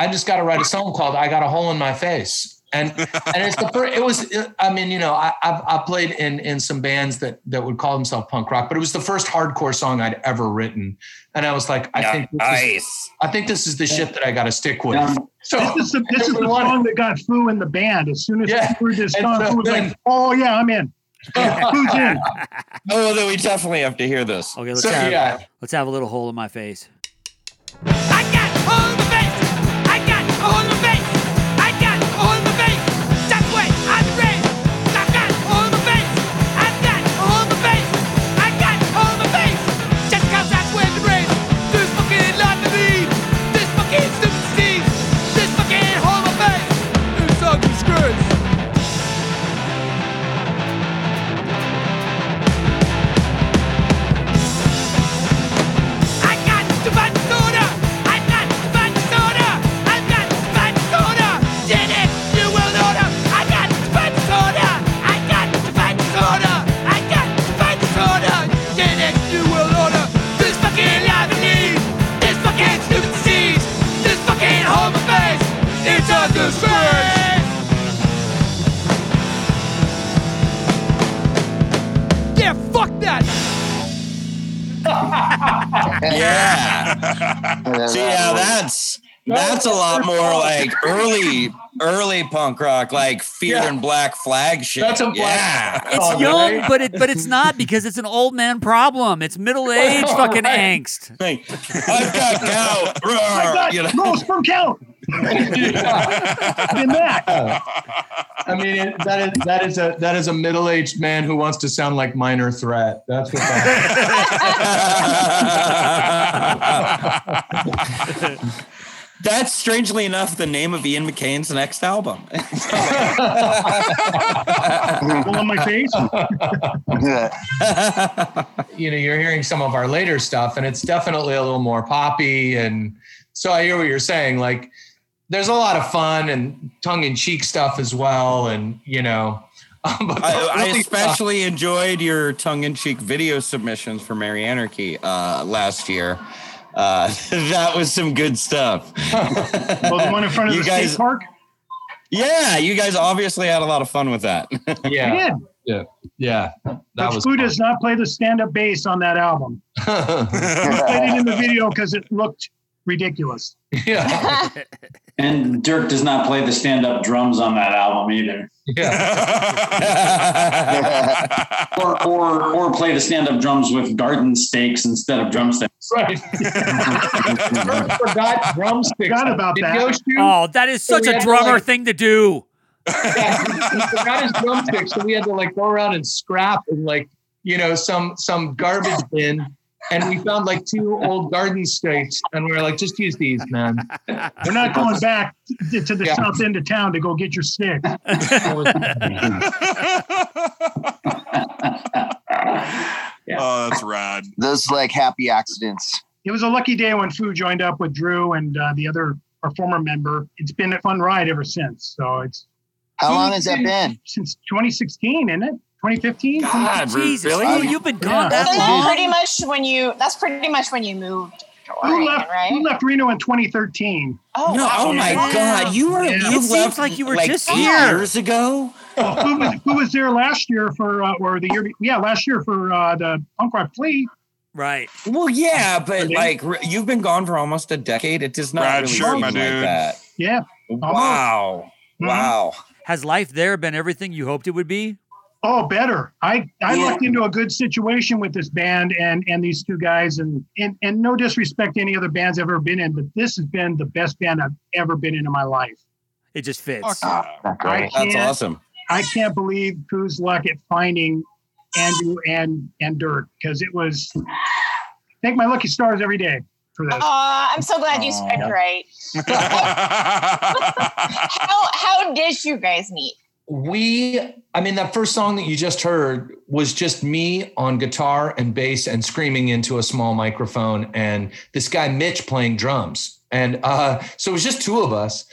Speaker 9: I just got to write a song called "I Got a Hole in My Face." And and it's the first, it was I mean you know I I, I played in in some bands that that would call themselves punk rock but it was the first hardcore song I'd ever written and I was like I think this is,
Speaker 5: Nice.
Speaker 9: I think this is the shit that I got to stick with so
Speaker 10: This is the, this is the
Speaker 9: Everyone-
Speaker 10: song that got Foo in the band. As soon as
Speaker 9: Yeah.
Speaker 10: we heard this
Speaker 9: And
Speaker 10: song,
Speaker 9: so
Speaker 10: Foo was
Speaker 9: then-
Speaker 10: like, "Oh yeah, I'm
Speaker 9: [LAUGHS]
Speaker 10: in." Foo's
Speaker 8: [LAUGHS]
Speaker 10: in.
Speaker 5: Oh, then we definitely have to hear this.
Speaker 8: Okay, let's
Speaker 9: So,
Speaker 8: have
Speaker 9: yeah.
Speaker 8: let's have a little hole in my face.
Speaker 2: I got all the base. I got all the base. I got all the base.
Speaker 5: See, yeah, that's that's a lot more [LAUGHS]
Speaker 13: [LAUGHS]
Speaker 5: like early early punk rock, like Fear
Speaker 8: Yeah.
Speaker 5: and Black Flag shit.
Speaker 8: That's a black- Oh,
Speaker 5: yeah.
Speaker 8: It's young, but it but it's not because it's an old man problem. It's middle
Speaker 5: [LAUGHS]
Speaker 8: [LAUGHS] age fucking
Speaker 5: Right.
Speaker 8: angst.
Speaker 5: Like, I've got gout.
Speaker 10: my God,
Speaker 5: [LAUGHS] You know?
Speaker 10: no sperm
Speaker 9: [LAUGHS]
Speaker 10: count.
Speaker 9: In that. [LAUGHS] I mean, it, that is that is a that is a middle aged man who wants to sound like Minor Threat. That's what that.
Speaker 5: [LAUGHS] That's strangely enough the name of Ian McCain's next album. [LAUGHS]
Speaker 10: Well, on my face.
Speaker 9: [LAUGHS] you know, you're hearing some of our later stuff, and it's definitely a little more poppy. And so I hear what you're saying. Like, there's a lot of fun and tongue in cheek stuff as well, and you know. but
Speaker 5: I, I
Speaker 9: really-
Speaker 5: especially enjoyed your tongue-in-cheek video submissions for Mary Anarchy uh, last year. Uh, [LAUGHS] that was some good stuff.
Speaker 10: Well, the one in front of
Speaker 5: You
Speaker 10: the
Speaker 5: guys-
Speaker 10: skate park.
Speaker 5: Yeah, you guys obviously had a lot of fun with that.
Speaker 10: We
Speaker 5: [LAUGHS]
Speaker 10: did.
Speaker 9: yeah, yeah, that
Speaker 10: But
Speaker 5: was
Speaker 10: Fu does not play the stand-up bass on that album.
Speaker 9: [LAUGHS]
Speaker 10: He played it in the video because it looked ridiculous.
Speaker 9: Yeah.
Speaker 15: and Dirk does not play the stand-up drums on that album either.
Speaker 5: Yeah.
Speaker 15: or, or or play the stand-up drums with garden stakes instead of drumsticks.
Speaker 10: [LAUGHS]
Speaker 9: Right. Forgot drumsticks.
Speaker 10: Forgot about
Speaker 9: Did
Speaker 10: that.
Speaker 9: Yosh do?
Speaker 8: Oh, that is
Speaker 9: So
Speaker 8: such
Speaker 9: we
Speaker 8: a
Speaker 9: had to,
Speaker 8: drummer
Speaker 9: like-
Speaker 8: thing to do.
Speaker 9: he forgot his drumsticks, so we had to like go around and scrap in like you know some some garbage bin, and we found like two old garden stakes, and we were like, just use these, man.
Speaker 10: We're not going back to to the
Speaker 9: Yeah.
Speaker 10: south end of town to go get your stick.
Speaker 7: Oh, that's rad.
Speaker 11: Those like happy accidents.
Speaker 10: It was a lucky day when Fu joined up with Drew and uh, the other our former member. It's been a fun ride ever since. So it's
Speaker 11: How long has that been?
Speaker 10: Since 2016, isn't it? 2015.
Speaker 5: God,
Speaker 8: Jesus, Fu, you've been gone
Speaker 12: That's
Speaker 8: that long.
Speaker 12: pretty much when you. That's pretty much when you moved. to
Speaker 10: Who
Speaker 12: Oregon,
Speaker 10: left?
Speaker 12: right?
Speaker 10: Who left Reno in 2013?
Speaker 12: Oh,
Speaker 5: No,
Speaker 12: wow.
Speaker 5: oh my
Speaker 12: Yeah.
Speaker 5: God, you were
Speaker 10: Yeah.
Speaker 5: you
Speaker 10: It
Speaker 8: seems
Speaker 5: left
Speaker 8: like you were just
Speaker 5: eight
Speaker 8: here.
Speaker 5: years ago.
Speaker 10: Well, Oh, who was who was there last year for uh, or the year? be- Yeah, last year for uh, the punk rock flea.
Speaker 8: Right.
Speaker 5: Well, yeah, but like re- you've been gone for almost a decade. It does not
Speaker 7: Brad
Speaker 5: really
Speaker 7: Short,
Speaker 5: seem
Speaker 7: my
Speaker 5: like
Speaker 7: dude.
Speaker 5: that.
Speaker 10: Oh, Yeah.
Speaker 5: Wow, wow.
Speaker 8: Has life there been everything you hoped it would be?
Speaker 10: Oh, better. I, I
Speaker 5: Yeah.
Speaker 10: lucked into a good situation with this band and and these two guys and, and and no disrespect to any other bands I've ever been in, but this has been the best band I've ever been in in my life.
Speaker 8: It just fits.
Speaker 10: I
Speaker 5: That's
Speaker 10: can't-
Speaker 5: awesome.
Speaker 10: I can't believe Pooh's luck at finding Andrew and and Dirk because it was thank my lucky stars every day for this.
Speaker 12: Aw, I'm so glad you said right. How how did you guys meet?
Speaker 9: we i mean that first song that you just heard was just me on guitar and bass and screaming into a small microphone and this guy mitch playing drums and uh, so it was just two of us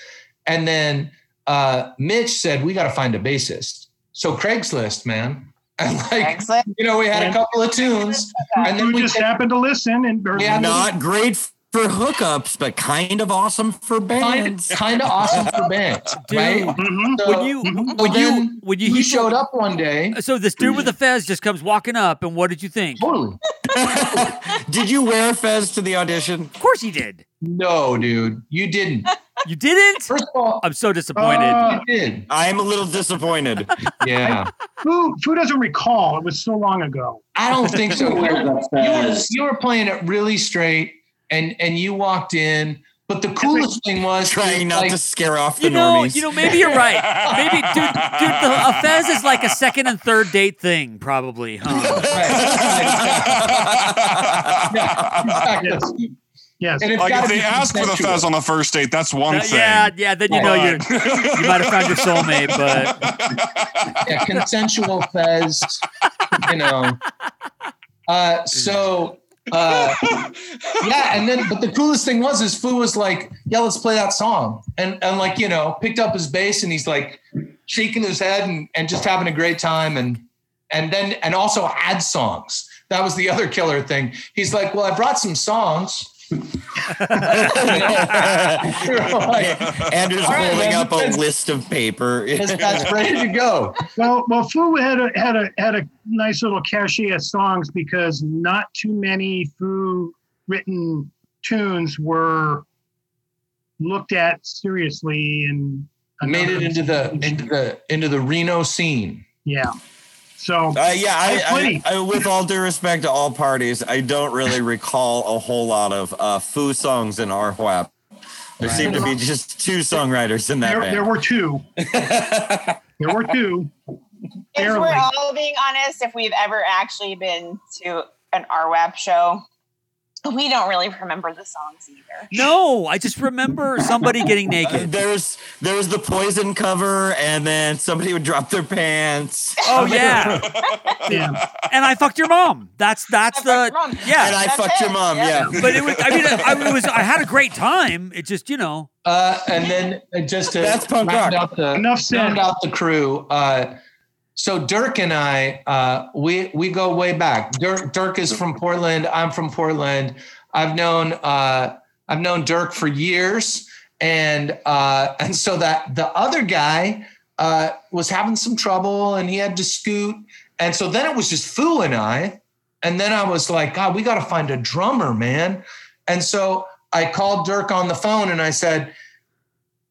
Speaker 9: and then uh, mitch said we got to find a bassist so craigslist man [LAUGHS] and like
Speaker 12: Craigslist?
Speaker 9: you know we had a couple of tunes and then
Speaker 10: Who
Speaker 9: we
Speaker 10: just happened to listen and or-
Speaker 9: Yeah, I mean-
Speaker 5: Not great for hookups, but kind of awesome for
Speaker 9: kind,
Speaker 5: bands.
Speaker 9: kind of awesome
Speaker 5: [LAUGHS]
Speaker 9: for bands right
Speaker 8: Dude.
Speaker 10: Mhm.
Speaker 9: so,
Speaker 8: When you when you
Speaker 9: then
Speaker 8: when you
Speaker 9: he
Speaker 8: he
Speaker 9: showed up one day
Speaker 8: Uh, So this dude with the fez just comes walking up, and what did you think? Of
Speaker 9: totally
Speaker 5: [LAUGHS] Did you wear fez to the audition?
Speaker 8: course he did.
Speaker 9: No, dude, you didn't.
Speaker 8: You didn't?
Speaker 9: First of all,
Speaker 8: I'm so disappointed.
Speaker 10: Uh,
Speaker 9: you did.
Speaker 5: I'm a little disappointed.
Speaker 9: [LAUGHS] Yeah,
Speaker 10: Who who doesn't recall? It was so long ago.
Speaker 9: I don't
Speaker 5: [LAUGHS]
Speaker 9: think so. [LAUGHS] You
Speaker 15: Where's
Speaker 9: were,
Speaker 15: the fez?
Speaker 9: you were playing it really straight, and and you walked in. But the coolest thing was
Speaker 5: Trying not
Speaker 9: like,
Speaker 5: to scare off the
Speaker 8: You know,
Speaker 5: normies.
Speaker 8: you
Speaker 5: [LAUGHS]
Speaker 8: know, maybe you're right. Maybe, dude, dude, the, a fez is like a second and third date thing, probably. Huh?
Speaker 9: Yes.
Speaker 10: Yes.
Speaker 9: And it's
Speaker 7: Like
Speaker 9: gotta
Speaker 7: if they
Speaker 9: be
Speaker 7: asked for the
Speaker 9: consensual.
Speaker 7: fez on the first date, that's one
Speaker 8: Uh,
Speaker 7: thing.
Speaker 8: yeah, yeah. Then you know you're,
Speaker 7: But-
Speaker 8: you might have found your soulmate,
Speaker 10: [LAUGHS]
Speaker 8: but
Speaker 9: [LAUGHS] yeah, consensual fez, you know. Uh, so uh, yeah, and then but the coolest thing was is Fu was like, yeah, let's play that song, and and like you know picked up his bass and he's like shaking his head and and just having a great time and and then and also had songs. That was the other killer thing. He's like, well, I brought some songs. [LAUGHS] You know, [LAUGHS] like,
Speaker 5: Andrew's
Speaker 9: All right,
Speaker 5: holding
Speaker 9: man,
Speaker 5: up a
Speaker 9: let's-
Speaker 5: list of paper.
Speaker 9: this guy's ready to go.
Speaker 10: Well, well, Foo had a had a had a nice little cachet of songs because not too many Foo written tunes were looked at seriously and
Speaker 9: Made it into the into the into the Reno scene.
Speaker 10: yeah. So
Speaker 5: Uh, yeah,
Speaker 10: there's plenty.
Speaker 5: I, I, I, with all due respect to all parties, I don't really recall a whole lot of uh, foo songs in RWAP. There
Speaker 10: Right.
Speaker 5: seem to be just two songwriters in that
Speaker 10: there,
Speaker 5: band.
Speaker 10: there were
Speaker 9: [LAUGHS]
Speaker 10: two. there were two.
Speaker 12: If we're
Speaker 10: Barely.
Speaker 12: all being honest, if we've ever actually been to an RWAP show, we don't really remember the songs either.
Speaker 8: No, I just remember somebody getting naked.
Speaker 5: there's there's the poison cover, and then somebody would drop their pants.
Speaker 8: Oh yeah. And I fucked your mom. That's that's the yeah.
Speaker 5: And I fucked your mom. Yeah.
Speaker 8: But it was. I mean, I, I- it was. I had a great time. It just, you know.
Speaker 9: Uh, and then uh, just to
Speaker 8: That's punk
Speaker 9: round
Speaker 8: rock.
Speaker 9: out the
Speaker 8: Enough said.
Speaker 9: round out the crew. Uh, so Dirk and I, uh, we we go way back. Dirk, Dirk is from Portland. I'm from Portland. I've known uh, I've known Dirk for years, and uh, and so that the other guy uh, was having some trouble, and he had to scoot, and so then it was just Foo and I, and then I was like, God, we got to find a drummer, man. And so I called Dirk on the phone and I said,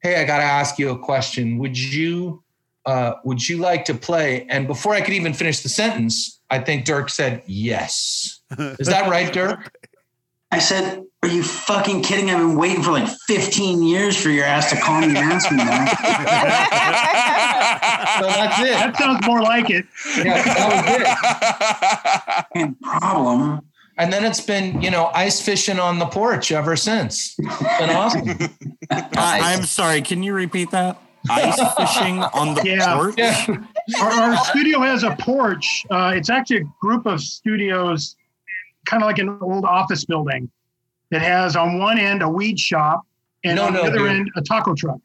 Speaker 9: Hey, I got to ask you a question. Would you uh, would you like to play? And before I could even finish the sentence, I think Dirk said yes. Is that right, Dirk?
Speaker 14: I said, "Are you fucking kidding? I've been waiting for like 15 years for your ass to call me and ask me that."
Speaker 9: that's it.
Speaker 10: That sounds more like it.
Speaker 9: Yeah, that
Speaker 14: was it. problem.
Speaker 9: And then it's been, you know, ice fishing on the porch ever since. It's been awesome.
Speaker 5: I, [LAUGHS] I'm sorry. Can you repeat that? Ice
Speaker 10: [LAUGHS]
Speaker 5: fishing on the
Speaker 10: Yeah.
Speaker 5: porch.
Speaker 10: our, our studio has a porch. Uh, it's actually a group of studios, kind of like an old office building, that has on one end a weed shop and
Speaker 9: No,
Speaker 10: on
Speaker 9: no,
Speaker 10: the other
Speaker 9: dude.
Speaker 10: end a taco truck.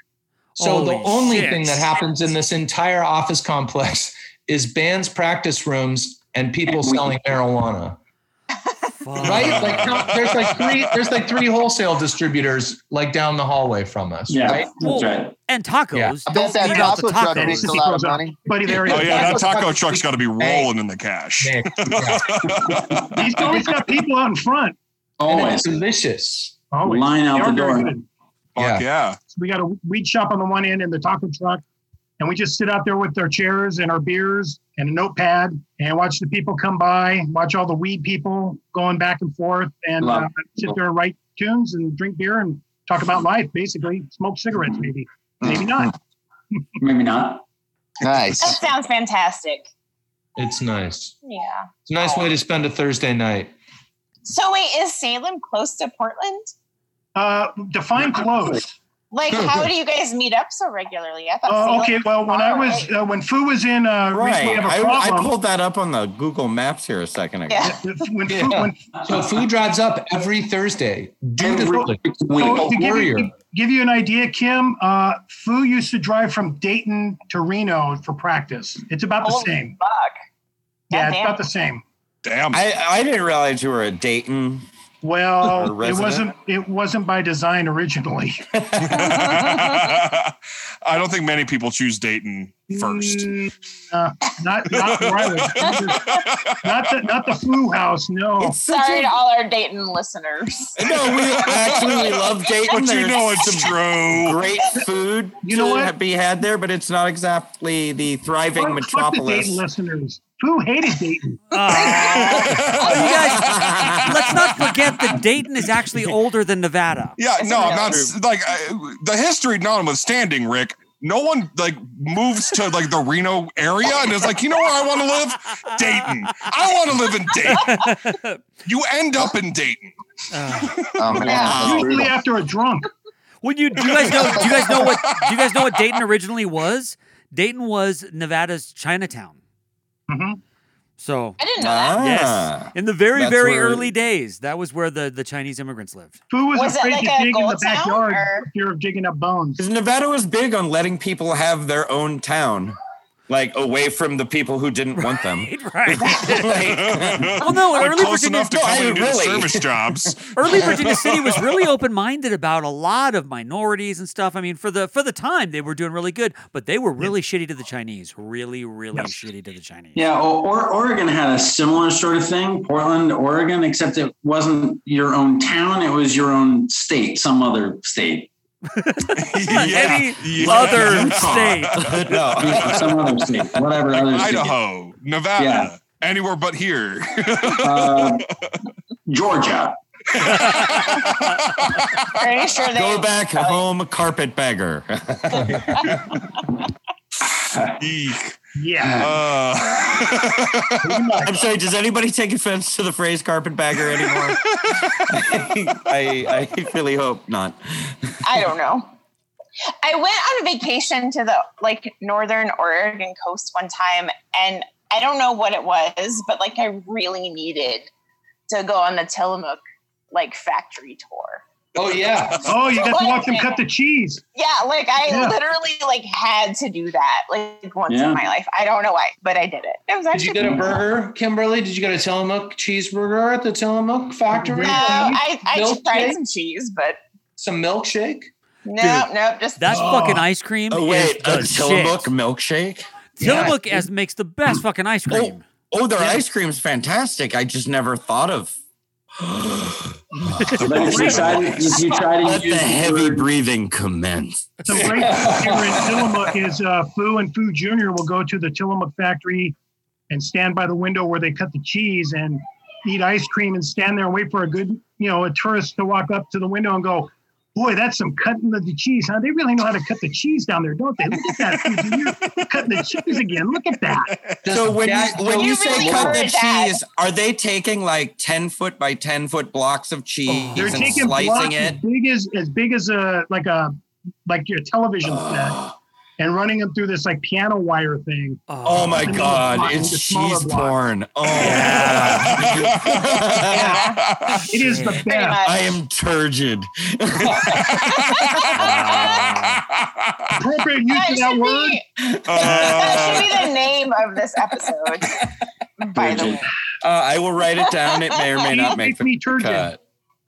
Speaker 9: So the
Speaker 10: Holy
Speaker 9: only
Speaker 10: shit.
Speaker 9: thing that happens in this entire office complex is bands practice rooms and people selling marijuana. Right? Like how- there's like three there's like three wholesale distributors like down the hallway from us,
Speaker 14: Yeah,
Speaker 9: right?
Speaker 14: that's right.
Speaker 8: And tacos.
Speaker 9: Yeah.
Speaker 8: I bet Don't that eat out taco the truck tacos. makes a lot of money.
Speaker 10: Buddy, there he
Speaker 7: oh
Speaker 10: is.
Speaker 7: yeah, that
Speaker 10: Taco
Speaker 7: taco
Speaker 10: truck.
Speaker 7: truck's got to be rolling in the cash. [LAUGHS]
Speaker 10: He's always got people out in front.
Speaker 9: And it's delicious.
Speaker 10: Always. Line out They are the very door. good.
Speaker 7: Fuck yeah.
Speaker 10: So we got a weed shop on the one end and the taco truck, and we just sit out there with our chairs and our beers and a notepad and watch the people come by, watch all the weed people going back and forth, and
Speaker 14: Love
Speaker 10: uh, sit there and write tunes and drink beer and talk about life, basically. Smoke cigarettes, maybe,
Speaker 5: Mm.
Speaker 10: maybe not.
Speaker 14: Maybe not.
Speaker 11: Nice.
Speaker 12: That sounds fantastic.
Speaker 9: It's nice.
Speaker 12: Yeah.
Speaker 9: It's a nice way to spend a Thursday night.
Speaker 12: So wait, is Salem close to Portland?
Speaker 10: Uh, define close.
Speaker 12: Like,
Speaker 5: Hmm.
Speaker 12: how do you guys meet up so regularly? I thought.
Speaker 10: Uh,
Speaker 12: Salem
Speaker 10: okay, well, when I was uh, when Fu was in uh,
Speaker 5: Right.
Speaker 10: recently, have a
Speaker 5: I, I
Speaker 10: problem.
Speaker 5: pulled that up on the Google Maps here a second ago.
Speaker 12: Yeah.
Speaker 10: when Fu,
Speaker 9: Yeah.
Speaker 10: when
Speaker 9: So food drives up every Thursday. Do the Oh,
Speaker 10: So Oh, to give,
Speaker 9: warrior.
Speaker 10: you, give you an idea, Kim, uh, Fu used to drive from Dayton to Reno for practice. It's about the
Speaker 12: Holy
Speaker 10: same.
Speaker 12: Fuck.
Speaker 10: Yeah, it's
Speaker 12: Goddamn.
Speaker 10: about the same.
Speaker 7: Damn.
Speaker 5: I, I didn't realize you were a Dayton.
Speaker 10: Well,
Speaker 5: Or
Speaker 10: Uh, it
Speaker 5: resident.
Speaker 10: wasn't. It wasn't by design originally.
Speaker 7: I don't think many people choose Dayton
Speaker 10: [LAUGHS]
Speaker 7: first. [LAUGHS]
Speaker 10: Mm, uh, not not where I was. Not the not the Fu house. No.
Speaker 12: Sorry to all our Dayton listeners. [LAUGHS]
Speaker 5: No, we actually we love Dayton.
Speaker 7: But you
Speaker 5: There's
Speaker 7: know it's
Speaker 5: some
Speaker 7: true.
Speaker 5: Great food
Speaker 10: You know
Speaker 5: to
Speaker 10: what?
Speaker 5: ha- be had there, but it's not exactly the thriving
Speaker 10: Fuck- fuck the Dayton
Speaker 5: metropolis.
Speaker 10: listeners. Fu hated Dayton.
Speaker 8: Let's not forget that Dayton is actually older than Nevada.
Speaker 7: Yeah, no, I'm not like I, the history notwithstanding, Rick. No one like moves to like the Reno area and is like, you know where I want to live? Dayton. I want to live in Dayton.
Speaker 8: [LAUGHS]
Speaker 7: You end up in Dayton.
Speaker 11: Oh, man.
Speaker 10: Yeah. Usually after a drunk.
Speaker 8: When you do you guys know do you guys know what do you guys know what Dayton originally was? Dayton was Nevada's Chinatown.
Speaker 7: Mm-hmm.
Speaker 10: Mhm.
Speaker 8: So
Speaker 12: I didn't
Speaker 10: know that.
Speaker 5: Ah.
Speaker 8: Yes, in the very
Speaker 5: That's
Speaker 8: very
Speaker 5: where-
Speaker 8: early days, that was where the, the Chinese immigrants lived.
Speaker 10: Fu was,
Speaker 12: Was it
Speaker 10: afraid
Speaker 12: like
Speaker 10: to
Speaker 12: a
Speaker 10: dig in the
Speaker 12: gold town,
Speaker 10: backyard
Speaker 12: or-
Speaker 10: for fear of digging up bones.
Speaker 5: Because Nevada was big on letting people have their own town. like away from the people who didn't want them.
Speaker 8: right. well, no,
Speaker 7: Like,
Speaker 8: early
Speaker 7: close
Speaker 8: Virginia,
Speaker 7: enough to
Speaker 8: no,
Speaker 7: come
Speaker 8: I
Speaker 7: in and do the
Speaker 8: really-
Speaker 7: service jobs.
Speaker 8: [LAUGHS]
Speaker 7: [LAUGHS]
Speaker 8: early Virginia City was really open-minded about a lot of minorities and stuff. I mean, for the for the time, they were doing really good, but they were really shitty to the Chinese. Really, really shitty to the Chinese.
Speaker 14: Yeah, or, or Oregon had a similar sort of thing, Portland, Oregon, except it wasn't your own town, it was your own state, some other state.
Speaker 8: Any
Speaker 14: [LAUGHS]
Speaker 8: other state.
Speaker 5: no.
Speaker 14: some other state, whatever other state.
Speaker 7: Idaho, Nevada,
Speaker 14: Yeah.
Speaker 7: anywhere but here. [LAUGHS]
Speaker 14: Uh, Georgia.
Speaker 12: Pretty sure they
Speaker 5: Go back home, carpetbagger.
Speaker 7: Eek.
Speaker 10: Yeah.
Speaker 6: Uh,
Speaker 5: I'm sorry. Does anybody take offense to the phrase carpetbagger anymore? [LAUGHS] I, I really hope not.
Speaker 12: I don't know. I went on a vacation to the like northern Oregon coast one time and I don't know what it was, but like I really needed to go on the Tillamook like factory tour.
Speaker 9: Oh yeah.
Speaker 10: Oh, you got to watch them cut the cheese.
Speaker 12: Yeah, like I
Speaker 10: Yeah.
Speaker 12: literally like had to do that like once
Speaker 9: Yeah.
Speaker 12: in my life. I don't know why, but I did it. It was
Speaker 9: Did
Speaker 12: actually
Speaker 9: you get a
Speaker 12: pretty fun.
Speaker 9: burger, Kimberly? Did you get a Tillamook cheeseburger at the Tillamook factory?
Speaker 12: No, I, I
Speaker 9: Milkshake?
Speaker 12: tried some cheese, but
Speaker 9: Some milkshake?
Speaker 12: no, no, just
Speaker 8: That fucking ice cream.
Speaker 5: Oh wait,
Speaker 8: is the
Speaker 5: a Tillamook
Speaker 8: shit.
Speaker 5: milkshake.
Speaker 8: Tillamook as makes the best fucking ice cream.
Speaker 5: Oh, their ice cream's fantastic. I just never thought of.
Speaker 14: But if
Speaker 8: [LAUGHS]
Speaker 14: you try to, if you try to
Speaker 5: Let the
Speaker 14: use
Speaker 5: heavy breathing commence.
Speaker 10: Some great food here in Tillamook is uh, Foo and Foo Jr. will go to the Tillamook factory and stand by the window where they cut the cheese and eat ice cream and stand there and wait for a good, you know, a tourist to walk up to the window and go, Boy, that's some cutting of the cheese, huh? They really know how to cut the cheese down there, don't they? Look at that, Foo Jr. cutting the cheese again. Look at that.
Speaker 5: So when
Speaker 9: that-
Speaker 5: you when
Speaker 9: so
Speaker 5: you,
Speaker 9: you
Speaker 5: say
Speaker 9: really
Speaker 5: cut the
Speaker 9: heard that.
Speaker 5: cheese, are they taking like ten foot by ten foot blocks of cheese
Speaker 10: They're
Speaker 5: and
Speaker 10: taking blocks
Speaker 5: slicing
Speaker 10: as
Speaker 5: it?
Speaker 10: big as as big as a like a like your television set, and running them through this like piano wire thing.
Speaker 5: Oh my god,
Speaker 10: blocks, the
Speaker 5: it's
Speaker 10: smaller
Speaker 5: cheese
Speaker 10: blocks.
Speaker 5: porn. Oh yeah.
Speaker 10: It is the
Speaker 5: Shit.
Speaker 10: best.
Speaker 5: I am turgid.
Speaker 10: Appropriate use of that word.
Speaker 12: that
Speaker 10: Uh,
Speaker 12: should be the name of this
Speaker 10: [LAUGHS]
Speaker 12: episode. By the way,
Speaker 5: Uh, I will write it down. It may or may not make the
Speaker 10: me turgid.
Speaker 5: cut.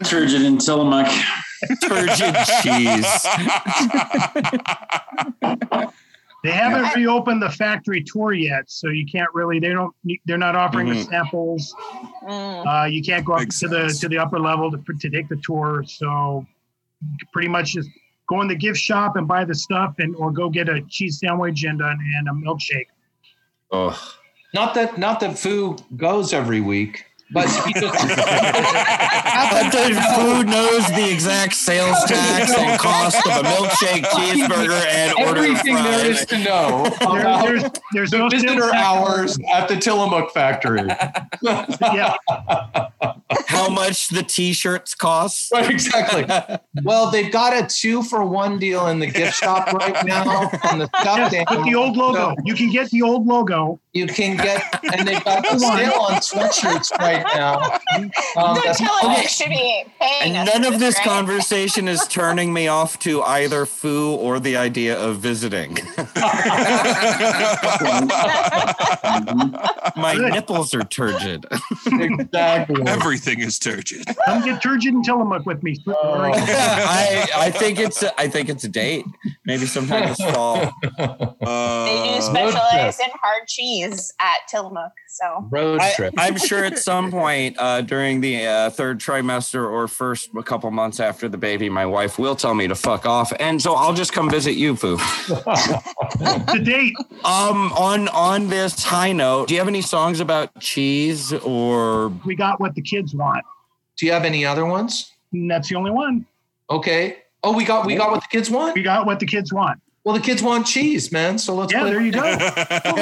Speaker 14: turgid in Tillamook.
Speaker 5: [LAUGHS]
Speaker 14: [LAUGHS]
Speaker 5: Turgid cheese.
Speaker 10: [LAUGHS] They haven't reopened the factory tour yet, so you can't really. They don't. They're not offering the
Speaker 5: Mhm.
Speaker 10: samples.
Speaker 12: Mm.
Speaker 10: Uh, you can't go up to the to the upper level to, to take the tour. So you can pretty much just go in the gift shop and buy the stuff, and or go get a cheese sandwich and a, and a milkshake.
Speaker 5: Oh.
Speaker 9: Not that not that Foo goes every week, but he just- [LAUGHS]
Speaker 5: But the- [LAUGHS] who knows the exact sales tax and cost of a milkshake,
Speaker 9: [LAUGHS]
Speaker 5: cheeseburger, and order of
Speaker 9: everything there is
Speaker 5: fries?
Speaker 9: to know
Speaker 10: There-
Speaker 9: about
Speaker 10: there's there's
Speaker 9: the
Speaker 10: no sales
Speaker 9: visitor
Speaker 10: tax.
Speaker 9: hours at the Tillamook factory.
Speaker 10: Yeah,
Speaker 5: How much the T-shirts cost?
Speaker 9: Right, exactly. Well, they've got a two for one deal in the gift shop right now on the stuffed
Speaker 10: with the
Speaker 9: animal.
Speaker 10: old logo, you can get the old logo.
Speaker 9: You can get,
Speaker 10: [LAUGHS]
Speaker 9: and they've got the sale on sweatshirts right now.
Speaker 5: [LAUGHS]
Speaker 9: Um,
Speaker 12: the
Speaker 9: that's-
Speaker 12: Tillamook should be
Speaker 5: And
Speaker 12: paying us.
Speaker 5: none
Speaker 12: for
Speaker 5: of this
Speaker 12: right?
Speaker 5: conversation is turning me off to either foo or the idea of visiting.
Speaker 10: Mm-hmm.
Speaker 5: [LAUGHS] My
Speaker 10: Uh,
Speaker 5: nipples are turgid.
Speaker 9: exactly.
Speaker 7: Everything is turgid.
Speaker 10: Come get turgid and Tillamook with me.
Speaker 9: Oh. [LAUGHS]
Speaker 5: Oh. [LAUGHS] I, I think it's a, I think it's a date. Maybe sometime this
Speaker 10: [LAUGHS]
Speaker 5: fall.
Speaker 12: They do
Speaker 7: Uh,
Speaker 12: specialize in hard cheese at Tillamook. So
Speaker 9: Road
Speaker 5: I,
Speaker 9: trip.
Speaker 5: I'm sure at some point uh, during the uh, third trimester or first a couple months after the baby, my wife will tell me to fuck off, and so I'll just come visit you, Foo.
Speaker 10: to date,
Speaker 5: Um, on on this high note, do you have any songs about cheese or
Speaker 10: we got what the kids want.
Speaker 9: Do you have any other ones?
Speaker 10: And that's the only one.
Speaker 9: Okay. Oh, we got we got what the kids want.
Speaker 10: We got what the kids want.
Speaker 9: Well, the kids want cheese, man. So let's.
Speaker 10: Yeah,
Speaker 9: play-
Speaker 10: there you go.
Speaker 7: Give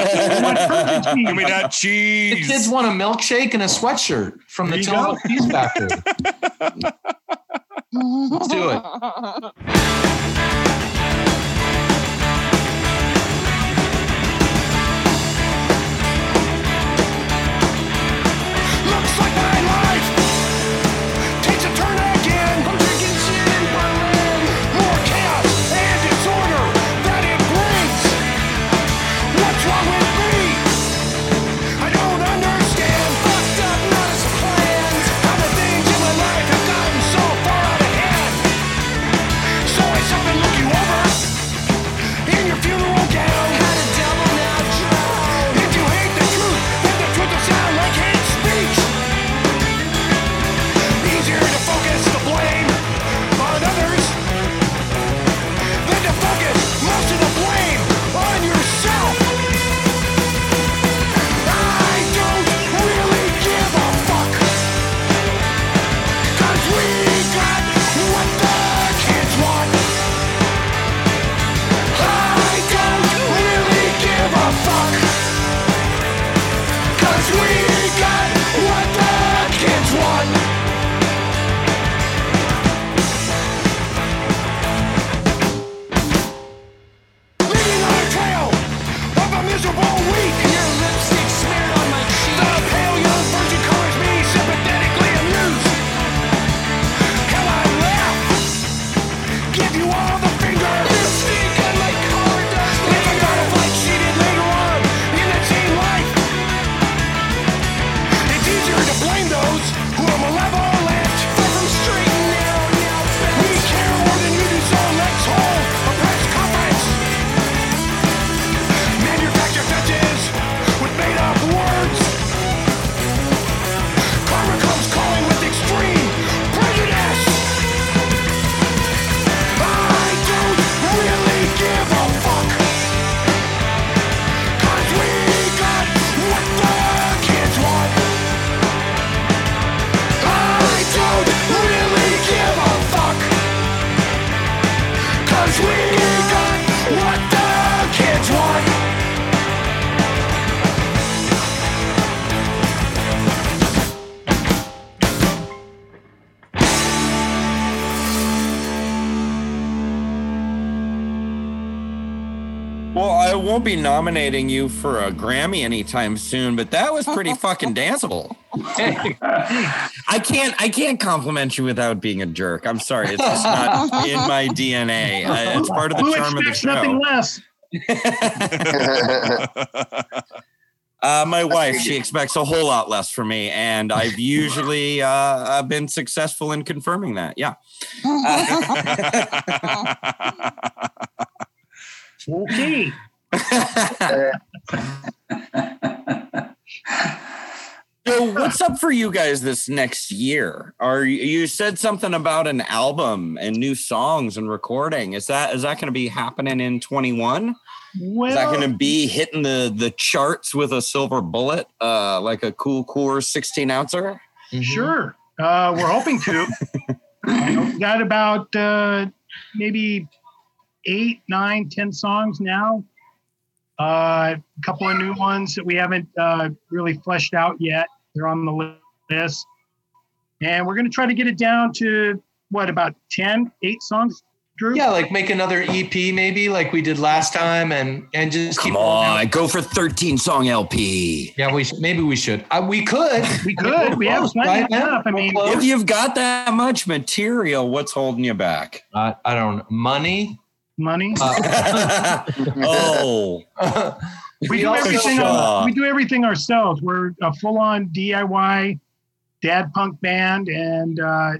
Speaker 7: me that
Speaker 9: The
Speaker 7: cheese.
Speaker 9: kids want a milkshake and a sweatshirt from
Speaker 10: There
Speaker 9: the
Speaker 10: you
Speaker 9: Tillamook Cheese
Speaker 10: [LAUGHS]
Speaker 9: Factory. Let's do it.
Speaker 13: Looks like my life takes a turn again. I'm drinking gin and Berlin. More chaos and disorder that it brings. What's wrong with
Speaker 5: I won't be nominating you for a Grammy anytime soon, but that was pretty fucking danceable. I can't I can't compliment you without being a jerk. I'm sorry, it's just not in my DNA. I- uh, it's part of the
Speaker 10: Who
Speaker 5: charm of the
Speaker 10: expects
Speaker 5: show.
Speaker 10: nothing less?
Speaker 5: [LAUGHS] Uh, my wife, she expects a whole lot less from me, and I've usually uh, uh, been successful in confirming that. Yeah.
Speaker 10: okay.
Speaker 9: [LAUGHS]
Speaker 5: So, what's up for you guys this next year? Are you, you said something about an album and new songs and recording? Is that is that going to be happening in twenty one?
Speaker 10: Well,
Speaker 5: is that going to be hitting the the charts with a silver bullet, uh, like a cool core sixteen ouncer?
Speaker 9: Mm-hmm.
Speaker 10: Sure. Uh, we're hoping
Speaker 9: [LAUGHS]
Speaker 10: to. I know we've got about uh, maybe eight, nine, ten songs now. Uh, a couple of new ones that we haven't uh, really fleshed out yet. They're on the li- list. And we're going to try to get it down to what, about 10, eight songs, Drew?
Speaker 9: Yeah, like make another EP maybe, like we did last time, and and just
Speaker 5: Come
Speaker 9: keep rolling out.
Speaker 5: on, go for thirteen song LP.
Speaker 9: Yeah, we sh- maybe we should. Uh, we could.
Speaker 5: [LAUGHS]
Speaker 10: We could. We have plenty
Speaker 9: Right now?
Speaker 10: enough. I mean,
Speaker 5: If you've got that much material, what's holding you back?
Speaker 9: Uh, I don't know. Money.
Speaker 10: money.
Speaker 9: [LAUGHS]
Speaker 5: Uh, [LAUGHS] oh,
Speaker 10: we do
Speaker 9: also-
Speaker 10: everything.
Speaker 5: Shaw.
Speaker 10: we do everything ourselves. We're a full-on DIY dad punk band, and uh,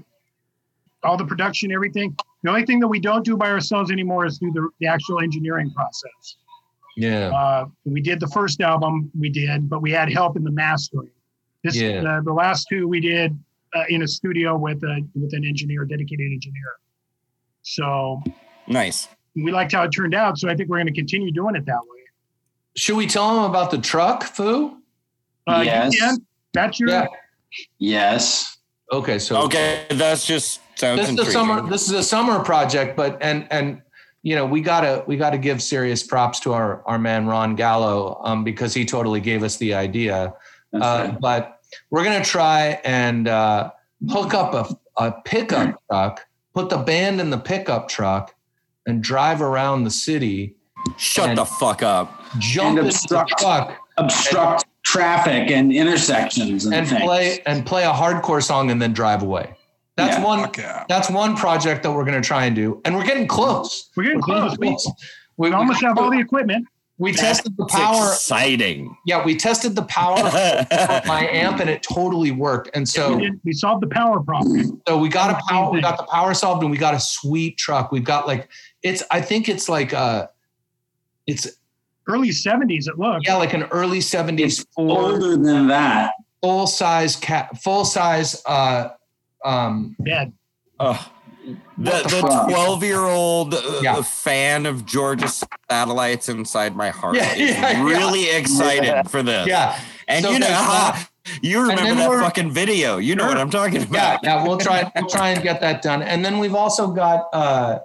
Speaker 10: all the production, everything. The only thing that we don't do by ourselves anymore is do the, the actual engineering process.
Speaker 9: Yeah.
Speaker 10: Uh, we did the first album, we did, but we had help in the mastering. This
Speaker 9: Yeah.
Speaker 10: uh, the last two we did uh, in a studio with a with an engineer, dedicated engineer. So
Speaker 5: nice.
Speaker 10: we liked how it turned out. So I think we're going to continue doing it that way.
Speaker 9: Should we tell them about the truck, Foo?
Speaker 10: Uh, you Yes. can. That's your
Speaker 9: Yeah.
Speaker 14: Yes.
Speaker 9: Okay. So
Speaker 5: Okay, that's just sounds
Speaker 9: this is a
Speaker 5: intriguing.
Speaker 9: summer. This is a summer project, but and and you know we gotta we gotta give serious props to our our man Ron Gallo um, because he totally gave us the idea.
Speaker 14: That's
Speaker 9: Uh,
Speaker 14: right.
Speaker 9: But we're gonna try and uh, hook up a, a
Speaker 14: [CLEARS THROAT]
Speaker 9: pickup truck, put the band in the pickup truck, and drive around the city.
Speaker 5: Shut the fuck up.
Speaker 9: Jump
Speaker 14: And
Speaker 9: into the
Speaker 14: obstruct-
Speaker 9: truck
Speaker 14: Obstruct traffic and intersections and,
Speaker 9: and
Speaker 14: things.
Speaker 9: play and play a hardcore song and then drive away. That's
Speaker 14: Yeah.
Speaker 9: one.
Speaker 7: Fuck yeah.
Speaker 9: That's one project that we're going to try and do, and we're getting close.
Speaker 10: We're getting close. We,
Speaker 9: We,
Speaker 10: we almost have all the equipment.
Speaker 9: we tested the
Speaker 5: It's
Speaker 9: power.
Speaker 5: exciting.
Speaker 9: Yeah, we tested the power of my amp, and it totally worked. And so,
Speaker 10: We, did, we solved the power problem.
Speaker 9: so we got a power. We got the power solved, and we got a sweet truck. We've got like it's. I think it's like a. It's
Speaker 10: Early 70s, it looked.
Speaker 9: yeah, like an early seventies Ford
Speaker 14: Older than that.
Speaker 9: full size cat, full size uh, um,
Speaker 10: Dead.
Speaker 5: Ugh. the
Speaker 9: What the fuck?
Speaker 5: the twelve year old
Speaker 9: Yeah.
Speaker 5: fan of Georgia satellites inside my heart
Speaker 9: Yeah,
Speaker 5: is
Speaker 9: yeah, yeah.
Speaker 5: really excited for this.
Speaker 9: yeah.
Speaker 5: and
Speaker 9: So
Speaker 5: you know, [LAUGHS]
Speaker 9: there's
Speaker 5: ha, you remember
Speaker 9: then
Speaker 5: that
Speaker 9: we're-
Speaker 5: fucking video. You know what I'm talking
Speaker 9: yeah,
Speaker 5: about.
Speaker 9: yeah,
Speaker 5: [LAUGHS]
Speaker 9: we'll try we'll try and get that done. And then we've also got uh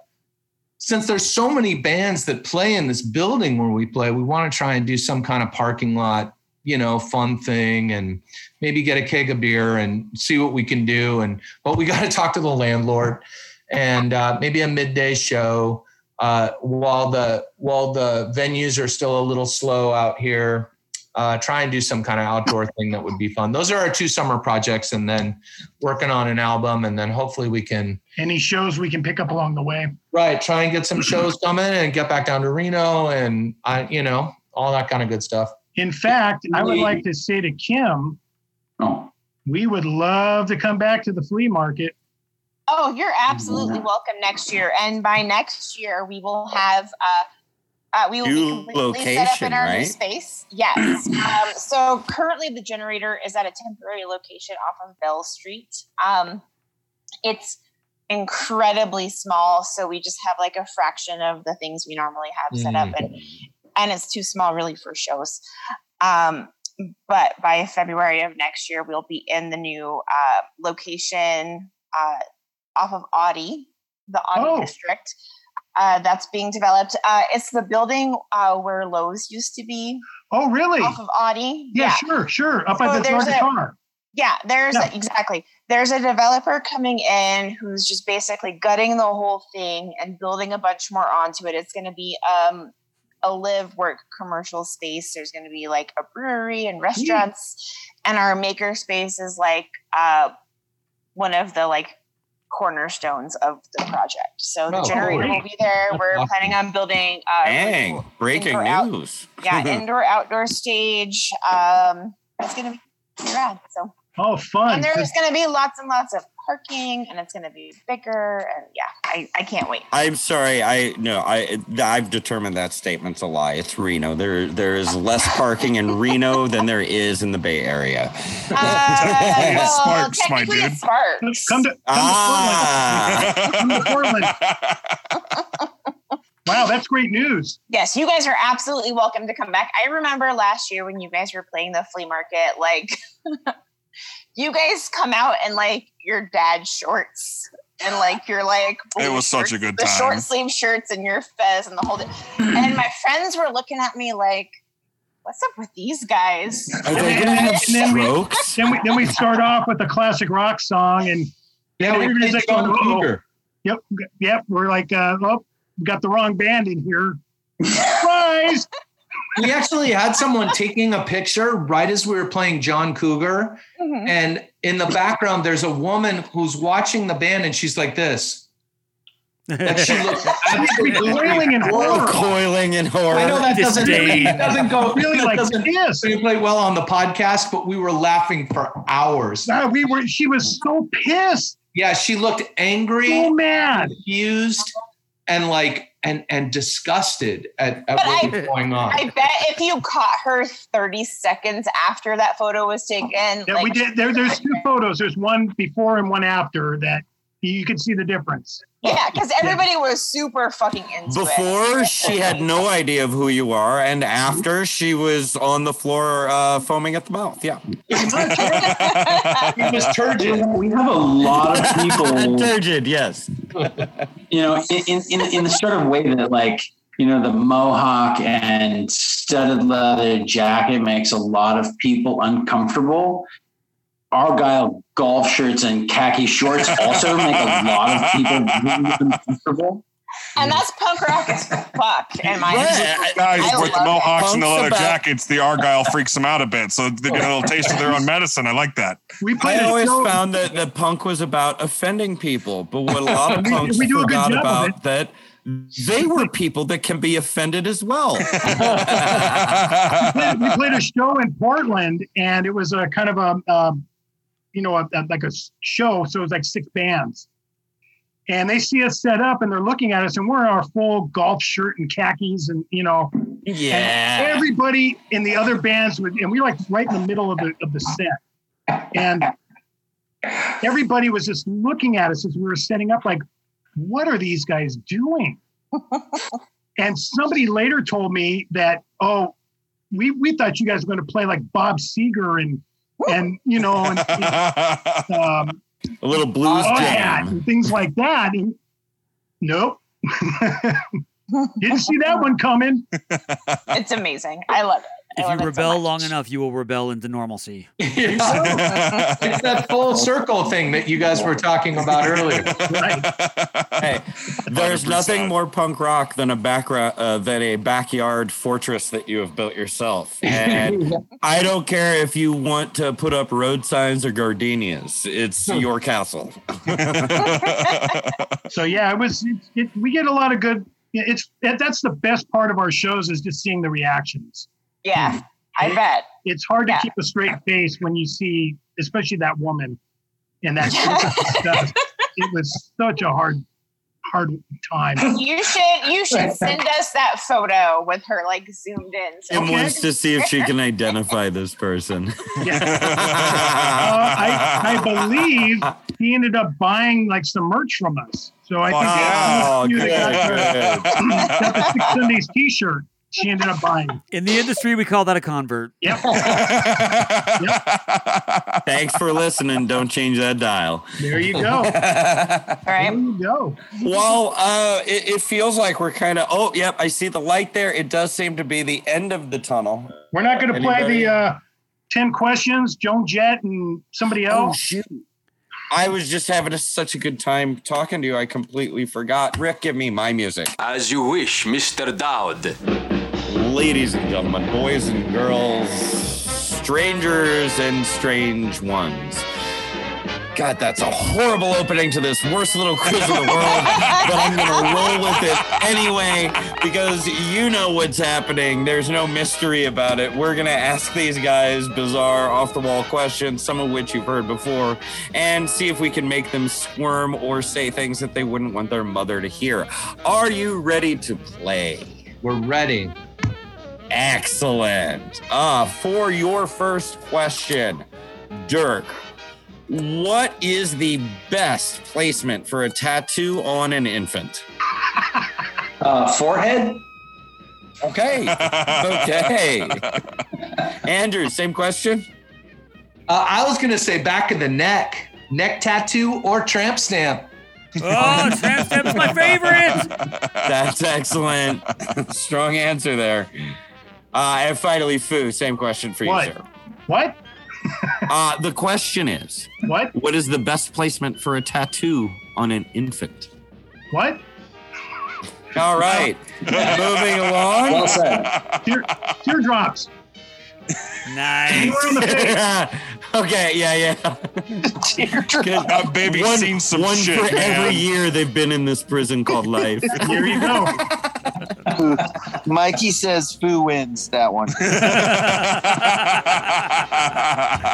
Speaker 9: since there's so many bands that play in this building where we play, we want to try and do some kind of parking lot, you know, fun thing and maybe get a keg of beer and see what we can do and but we got to talk to the landlord and uh, maybe a midday show uh, while the while the venues are still a little slow out here. Uh, try and do some kind of outdoor thing that would be fun. Those are our two summer projects, and then working on an album and then hopefully we can
Speaker 10: Any shows we can pick up along the way.
Speaker 9: right try and get some shows coming and get back down to Reno and I you know all that kind of good stuff.
Speaker 10: In fact, I would like to say to Kim,
Speaker 14: Oh.
Speaker 10: we would love to come back to the flea market.
Speaker 12: [LAUGHS] Oh, you're absolutely welcome next year. And by next year, we will have uh, uh, we will
Speaker 5: New
Speaker 12: be completely set up
Speaker 5: location,
Speaker 12: in our new
Speaker 5: right?
Speaker 12: space. Yes. um, so currently, the generator is at a temporary location off of Bell Street. Um, it's incredibly small, so we just have like a fraction of the things we normally have set up, and and it's too small really for shows. Um, but by February of next year, we'll be in the new uh, location uh, off of Audi, the Audi
Speaker 10: Oh.
Speaker 12: district. Uh, that's being developed. Uh, it's the building uh, where Lowe's used to be
Speaker 10: Oh, really?
Speaker 12: off of Audi.
Speaker 10: yeah, sure, sure. Up
Speaker 12: So
Speaker 10: at the
Speaker 12: there's
Speaker 10: Tar
Speaker 12: a-
Speaker 10: Guitar.
Speaker 12: Yeah, there's
Speaker 10: Yeah.
Speaker 12: exactly. There's a developer coming in who's just basically gutting the whole thing and building a bunch more onto it. It's going to be um, a live work commercial space. There's going to be like a brewery and restaurants, and our maker space is like uh, one of the like cornerstones of the project. So the
Speaker 5: Oh,
Speaker 12: generator
Speaker 5: great.
Speaker 12: will be there. We're
Speaker 5: Awesome.
Speaker 12: planning on building. Uh,
Speaker 5: Dang, breaking
Speaker 12: indoor out-
Speaker 5: news. [LAUGHS]
Speaker 12: yeah,
Speaker 6: [LAUGHS]
Speaker 12: indoor outdoor stage. Um, it's going to be rad. So
Speaker 10: Oh, fun.
Speaker 12: and there's going to be lots and lots of parking, and it's going to be bigger, and yeah, I, I can't wait.
Speaker 5: I'm sorry. I no. I I've determined that statement's a lie. It's Reno. There there is less parking in Reno than there is in the Bay Area.
Speaker 12: Uh, well,
Speaker 5: Sparks, my
Speaker 12: technically
Speaker 5: dude.
Speaker 12: it's Sparks.
Speaker 10: Come to,
Speaker 5: Ah.
Speaker 10: come to Portland. wow, that's great news.
Speaker 12: Yes, you guys are absolutely welcome to come back. I remember last year when you guys were playing the flea market, like [LAUGHS] you guys come out in like your dad's shorts and like your like
Speaker 7: It
Speaker 12: blue
Speaker 7: was such a good
Speaker 12: the short
Speaker 7: time.
Speaker 12: sleeve shirts and your fez and the whole thing. And my friends were looking at me like, "What's up with these guys?"
Speaker 5: Are they gonna
Speaker 12: [LAUGHS]
Speaker 5: have strokes?
Speaker 10: Then we, then we start off with a classic rock song, and
Speaker 9: Yeah,
Speaker 10: and
Speaker 9: we
Speaker 10: everybody's
Speaker 9: played John
Speaker 10: "Uh-oh."
Speaker 9: Cougar.
Speaker 10: oh." Yep, yep. We're like, uh, oh, we got the wrong band in here. Surprise!
Speaker 9: we actually had someone taking a picture right as we were playing John Cougar.
Speaker 10: Mm-hmm.
Speaker 9: And in the background, there's a woman who's watching the band and she's like this. Like she
Speaker 10: [LAUGHS]
Speaker 9: looks absolutely
Speaker 10: Coiling in horror.
Speaker 5: Coiling in horror.
Speaker 9: I know that doesn't,
Speaker 5: Disdain.
Speaker 9: it doesn't go
Speaker 5: [LAUGHS]
Speaker 10: Really
Speaker 9: that
Speaker 10: like
Speaker 9: doesn't
Speaker 10: this.
Speaker 9: play well on the podcast, but we were laughing for hours.
Speaker 10: God, we were. She was so pissed.
Speaker 9: Yeah, she looked angry,
Speaker 10: So mad.
Speaker 9: confused, and like and and disgusted at, at
Speaker 12: But
Speaker 9: what
Speaker 12: I-
Speaker 9: was going on.
Speaker 12: I bet if you caught her 30 seconds after that photo was taken,
Speaker 10: Yeah,
Speaker 12: like,
Speaker 10: we did. There, there's two photos. There's one before and one after that you could see the difference.
Speaker 12: Yeah, because everybody was super fucking into it.
Speaker 5: Before she had no idea of who you are, and after she was on the floor uh, foaming at the mouth. Yeah,
Speaker 9: It was turgid.
Speaker 14: We have a
Speaker 5: [LAUGHS]
Speaker 14: lot of people
Speaker 5: turgid. Yes,
Speaker 14: you know, in, in, in, in the sort of way that like, you know, the mohawk and studded leather jacket makes a lot of people uncomfortable. Argyle golf shirts and khaki shorts also make a lot of people really uncomfortable.
Speaker 12: And that's punk rock as fuck. And my
Speaker 7: guys with the mohawks and the leather
Speaker 5: about-
Speaker 7: jackets, the Argyle freaks them out a bit. So they get a little taste of their own medicine. I like that. [LAUGHS]
Speaker 10: We
Speaker 5: I
Speaker 10: played a
Speaker 5: always
Speaker 10: show.
Speaker 5: found that that punk was about offending people, but what a lot
Speaker 10: [LAUGHS]
Speaker 5: of
Speaker 10: We-
Speaker 5: punks
Speaker 10: we do a good
Speaker 5: forgot
Speaker 10: job of
Speaker 5: about that they were people that can be offended as well.
Speaker 10: we played- we played a show in Portland, and it was a kind of a, um, you know, a, a- like a s- show. So it was like six bands, and they see us set up, and they're looking at us, and we're in our full golf shirt and khakis, and you know, and
Speaker 5: yeah.
Speaker 10: everybody in the other bands was, and we were like right in the middle of the of the set, and everybody was just looking at us as we were setting up, like, what are these guys doing? and somebody later told me that, oh, we we thought you guys were going to play like Bob Seger and and you know and, um,
Speaker 5: A little blues
Speaker 10: Ozzad
Speaker 5: jam.
Speaker 10: Oh, and things like that. And,
Speaker 12: [LAUGHS]
Speaker 10: nope. Didn't see that one coming.
Speaker 12: It's amazing. I love it. I
Speaker 8: If
Speaker 12: love
Speaker 8: you
Speaker 12: it
Speaker 8: rebel
Speaker 12: so much.
Speaker 8: long enough, you will rebel into normalcy.
Speaker 10: [LAUGHS]
Speaker 9: it's that full circle thing that you guys were talking
Speaker 8: [LAUGHS]
Speaker 9: about earlier.
Speaker 10: Right.
Speaker 5: Hey, there's
Speaker 7: 100%.
Speaker 5: nothing more punk rock than a background uh, than a backyard fortress that you have built yourself. And I don't care if you want to put up road signs or gardenias; it's your castle.
Speaker 10: So yeah, it was. It, it, we get a lot of good. It's that, that's the best part of our shows is just seeing the reactions.
Speaker 12: Yeah, I bet.
Speaker 10: It's hard to
Speaker 12: Yeah.
Speaker 10: keep a straight face when you see, especially that woman,
Speaker 12: [LAUGHS]
Speaker 10: and that group of stuff. It was such a hard, hard time.
Speaker 12: You should you should send us that photo with her like zoomed in. So
Speaker 5: Kim wants to see if she
Speaker 10: [LAUGHS]
Speaker 5: can identify this person.
Speaker 10: Uh, I, I believe he ended up buying like some merch from us. So I
Speaker 7: Oh,
Speaker 10: think
Speaker 7: yeah.
Speaker 5: oh,
Speaker 10: You
Speaker 5: good,
Speaker 10: got
Speaker 5: good.
Speaker 10: got the Six Sundays T-shirt. She ended up buying.
Speaker 8: In the industry, we call that a convert.
Speaker 10: Yep.
Speaker 5: [LAUGHS] Thanks for listening. Don't change that dial.
Speaker 10: There you go.
Speaker 12: all right.
Speaker 10: There you go.
Speaker 5: [LAUGHS] Well, uh, it, it feels like we're kind of. Oh, yep. I see the light there. It does seem to be the end of the tunnel.
Speaker 10: We're not going to play
Speaker 5: Anybody?
Speaker 10: the uh, 10 questions, Joan Jett and somebody
Speaker 5: Oh,
Speaker 10: else.
Speaker 5: shoot. I was just having a, such a good time talking to you. I completely forgot. Rick, give me my music.
Speaker 16: As you wish, Mr. Dowd.
Speaker 5: Ladies and gentlemen, boys and girls, strangers and strange ones. God, that's a horrible opening to this worst little quiz in the world, but I'm going to roll with it anyway because you know what's happening. There's no mystery about it. We're going to ask these guys bizarre, off the wall questions, some of which you've heard before, and see if we can make them squirm or say things that they wouldn't want their mother to hear. Are you ready to play?
Speaker 9: We're ready.
Speaker 5: Excellent. Uh, for your first question, Dirk, what is the best placement for a tattoo on an infant?
Speaker 14: Uh, forehead?
Speaker 5: Okay. Okay. Andrew, same question?
Speaker 9: Uh, I was going to say back of the neck, neck tattoo or tramp stamp.
Speaker 8: Oh, tramp stamp's my
Speaker 9: [LAUGHS]
Speaker 8: favorite.
Speaker 5: That's excellent. Strong answer there. Uh, and finally, Foo, same question for you,
Speaker 10: What?
Speaker 5: sir.
Speaker 10: What?
Speaker 5: [LAUGHS] Uh, the question is
Speaker 10: What?
Speaker 5: What is the best placement for a tattoo on an infant?
Speaker 10: What?
Speaker 5: All right. Moving along.
Speaker 10: Well said. Tear, teardrops.
Speaker 8: [LAUGHS] Nice.
Speaker 10: Tear on the face.
Speaker 5: [LAUGHS] okay, yeah, yeah.
Speaker 7: That baby's
Speaker 5: one,
Speaker 7: seen some
Speaker 5: one
Speaker 7: shit,
Speaker 5: for
Speaker 7: man.
Speaker 5: every year they've been in this prison called [LAUGHS] life.
Speaker 10: Here you go.
Speaker 11: [LAUGHS] Mikey says Foo wins that one.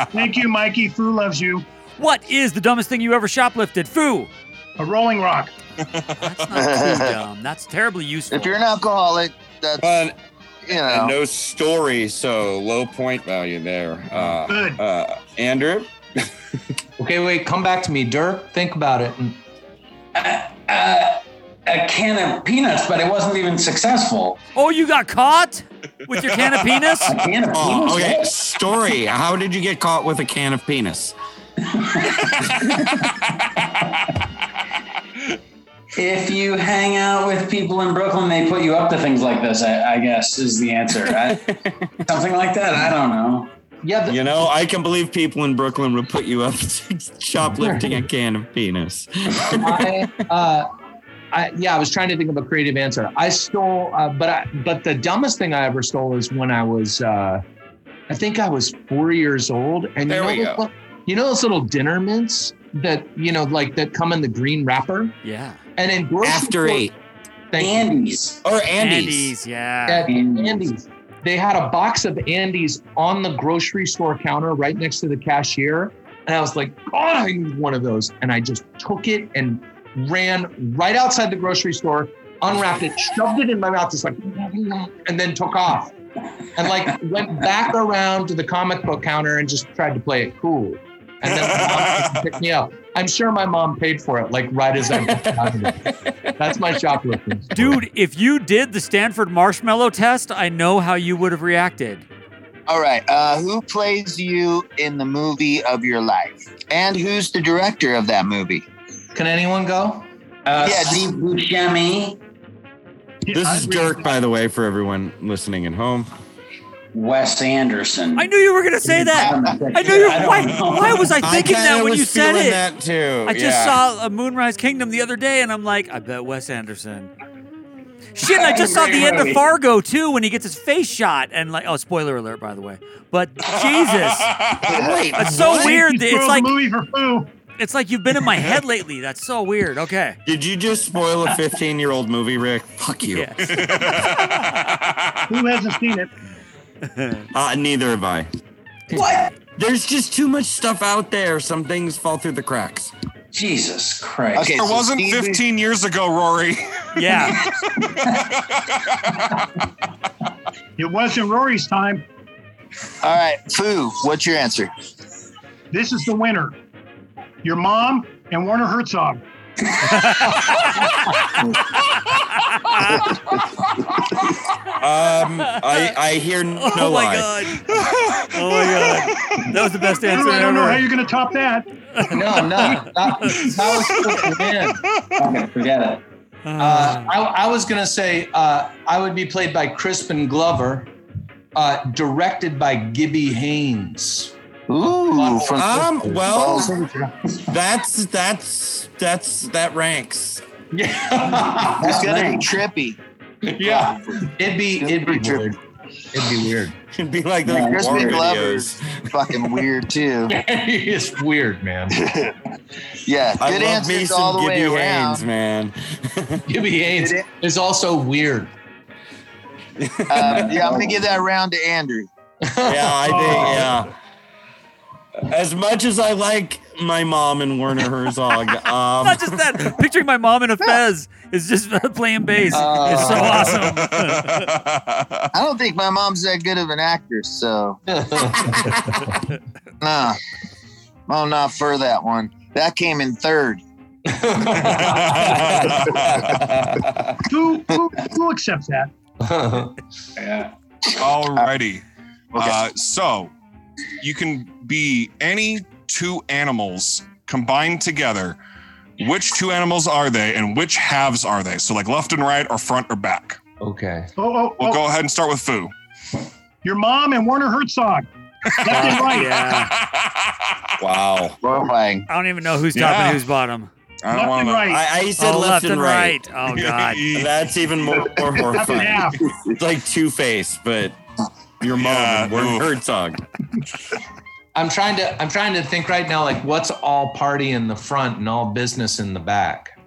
Speaker 10: [LAUGHS] Thank you, Mikey. Foo loves you.
Speaker 8: What is the dumbest thing you ever shoplifted?
Speaker 5: [LAUGHS]
Speaker 8: Foo.
Speaker 10: [LAUGHS] A rolling rock.
Speaker 8: That's not too dumb. That's terribly useful.
Speaker 11: If you're an alcoholic, that's
Speaker 5: But
Speaker 11: you know.
Speaker 5: no story, so low point value there. Uh,
Speaker 10: Good.
Speaker 5: uh, Andrew?
Speaker 9: Okay, wait, come back to me, Dirk. Think about it.
Speaker 14: Uh, a can of peanuts, but it wasn't
Speaker 5: [LAUGHS]
Speaker 14: even successful.
Speaker 8: Oh, you got caught with your can of penis?
Speaker 14: A can of peanuts?
Speaker 5: Oh, okay. Story. How did you get caught with a can of penis?
Speaker 14: If you hang out with people in Brooklyn, they put you up to things like this. I, I guess is the answer. I, something like that. I don't know.
Speaker 9: Yeah,
Speaker 5: You know, I can believe people in Brooklyn would put you up [LAUGHS] to shoplifting a can of penis.
Speaker 9: I, uh, I, yeah, I was trying to think of a creative answer. I stole, uh, but I, but the dumbest thing I ever stole is when I was, uh, I think I was four years old, and
Speaker 5: There we
Speaker 9: you know,
Speaker 5: go.
Speaker 9: those, li- you know those little dinner mints that you know, like that come in the green wrapper,
Speaker 8: Yeah.
Speaker 9: and in grocery
Speaker 5: After
Speaker 9: store-
Speaker 5: eight.
Speaker 9: Thank you.
Speaker 14: Andy's.
Speaker 5: Or Andy's.
Speaker 8: Andes, yeah.
Speaker 9: at Andy's. They had a box of Andes on the grocery store counter right next to the cashier. And I was like, God, I need one of those. And I just took it and ran right outside the grocery store, unwrapped it, shoved it in my mouth, just like, and then took off. And like went back around to the comic book counter and just tried to play it cool. And then my [LAUGHS] mom picked me up. I'm sure my mom paid for it, like right as I walked out of it. That's my shoplifting. story.
Speaker 8: Dude, if you did the Stanford marshmallow test, I know how you would have reacted.
Speaker 11: All right. Uh, who plays you in the movie of your life? And who's the director of that movie?
Speaker 9: Can anyone go?
Speaker 14: Uh,
Speaker 11: Yeah,
Speaker 14: Steve Buscemi,
Speaker 5: This is Dirk, by the way, for everyone listening at home.
Speaker 14: Wes Anderson.
Speaker 8: I knew you were going to say that. I knew you. Why, why was I thinking
Speaker 5: kinda
Speaker 8: that when
Speaker 5: was
Speaker 8: you said
Speaker 5: feeling
Speaker 8: it?
Speaker 5: that too.
Speaker 8: I just
Speaker 5: yeah.
Speaker 8: saw a Moonrise Kingdom the other day, and I'm like, I bet Wes Anderson. Shit, I just saw the end of Fargo too when he gets his face shot, and like, oh, spoiler alert, by the way. But Jesus,
Speaker 5: [LAUGHS] Wait,
Speaker 8: that's so
Speaker 5: what?
Speaker 8: weird. that
Speaker 10: Throw
Speaker 8: It's
Speaker 10: the
Speaker 8: like
Speaker 10: movie for Foo.
Speaker 8: it's like you've been in my head lately. That's so weird. Okay,
Speaker 5: Did you just spoil a 15 year old movie, Rick? Fuck you.
Speaker 8: yes. [LAUGHS]
Speaker 10: Who hasn't seen it?
Speaker 5: [LAUGHS] Uh, neither have I.
Speaker 14: What?
Speaker 5: There's just too much stuff out there. Some things fall through the cracks.
Speaker 14: Jesus Christ.
Speaker 11: Okay,
Speaker 7: It
Speaker 11: so
Speaker 7: wasn't
Speaker 11: Steve-
Speaker 7: 15 years ago, Rory.
Speaker 10: [LAUGHS]
Speaker 8: yeah.
Speaker 10: It wasn't Rory's time.
Speaker 11: All right, Foo. What's your answer?
Speaker 10: This is the winner. Your mom and Warner Herzog.
Speaker 5: [LAUGHS] Um, I, I hear no
Speaker 8: [LAUGHS] Oh my
Speaker 5: lie.
Speaker 8: god. Oh my god. That was the best answer
Speaker 10: I
Speaker 8: I
Speaker 10: don't know how
Speaker 8: ever.
Speaker 10: you're going to top that.
Speaker 9: No, no, not, not a man.
Speaker 14: Okay, forget it.
Speaker 9: Uh, I, I was gonna say uh, I would be played by Crispin Glover, uh, directed by Gibby Haynes.
Speaker 11: Ooh, from
Speaker 5: Um, well, that's that's that's that ranks.
Speaker 9: Yeah,
Speaker 5: [LAUGHS]
Speaker 11: it's gonna be trippy.
Speaker 9: yeah, Um, it'd be it'd be weird. [LAUGHS] It'd be weird.
Speaker 5: It'd be like
Speaker 11: Yeah,
Speaker 9: those
Speaker 11: Crispy
Speaker 9: war
Speaker 11: Glover's fucking weird too.
Speaker 9: [LAUGHS] it's
Speaker 11: [LAUGHS]
Speaker 9: weird, man.
Speaker 11: Yeah,
Speaker 9: I
Speaker 11: good
Speaker 9: love me
Speaker 11: answers
Speaker 9: some
Speaker 11: all the way
Speaker 9: Gibby
Speaker 11: around.
Speaker 9: Haynes, [LAUGHS]
Speaker 5: man.
Speaker 9: Gibby Haynes is also weird.
Speaker 11: Um, yeah, I'm gonna give that round to Andrew.
Speaker 5: yeah, I
Speaker 8: [LAUGHS] Oh.
Speaker 5: think yeah. As much as I like my mom and Werner Herzog, um,
Speaker 8: [LAUGHS] Not just that. Picturing my mom
Speaker 5: [LAUGHS]
Speaker 8: in a fez is just playing bass.
Speaker 5: Uh.
Speaker 8: it's so awesome.
Speaker 5: [LAUGHS]
Speaker 11: I don't think my mom's that good of an actor, so nah, I'm not for that one. That came in third.
Speaker 10: who, who, who accepts that?
Speaker 7: yeah. Alrighty. Uh, so you can be any two animals combined together. Which two animals are they, and which halves are they? So like left and right, or front or back.
Speaker 9: Okay.
Speaker 10: Oh, oh,
Speaker 7: We'll
Speaker 10: oh.
Speaker 7: go ahead and start with Foo.
Speaker 10: Your mom and Warner Herzog. Left and right.
Speaker 5: Wow.
Speaker 11: Horrifying.
Speaker 8: I don't even know who's top
Speaker 5: Yeah.
Speaker 8: and who's bottom.
Speaker 7: I don't want to.
Speaker 5: I, I said
Speaker 8: Oh,
Speaker 5: left, and right. [LAUGHS]
Speaker 8: Oh god.
Speaker 5: that's even
Speaker 8: [LAUGHS]
Speaker 5: more, more horrifying.
Speaker 8: half.
Speaker 5: it's like Two Face, but your mom and Werner Herzog.
Speaker 9: I'm trying to I'm trying to think right now like what's all party in the front and all business in the back.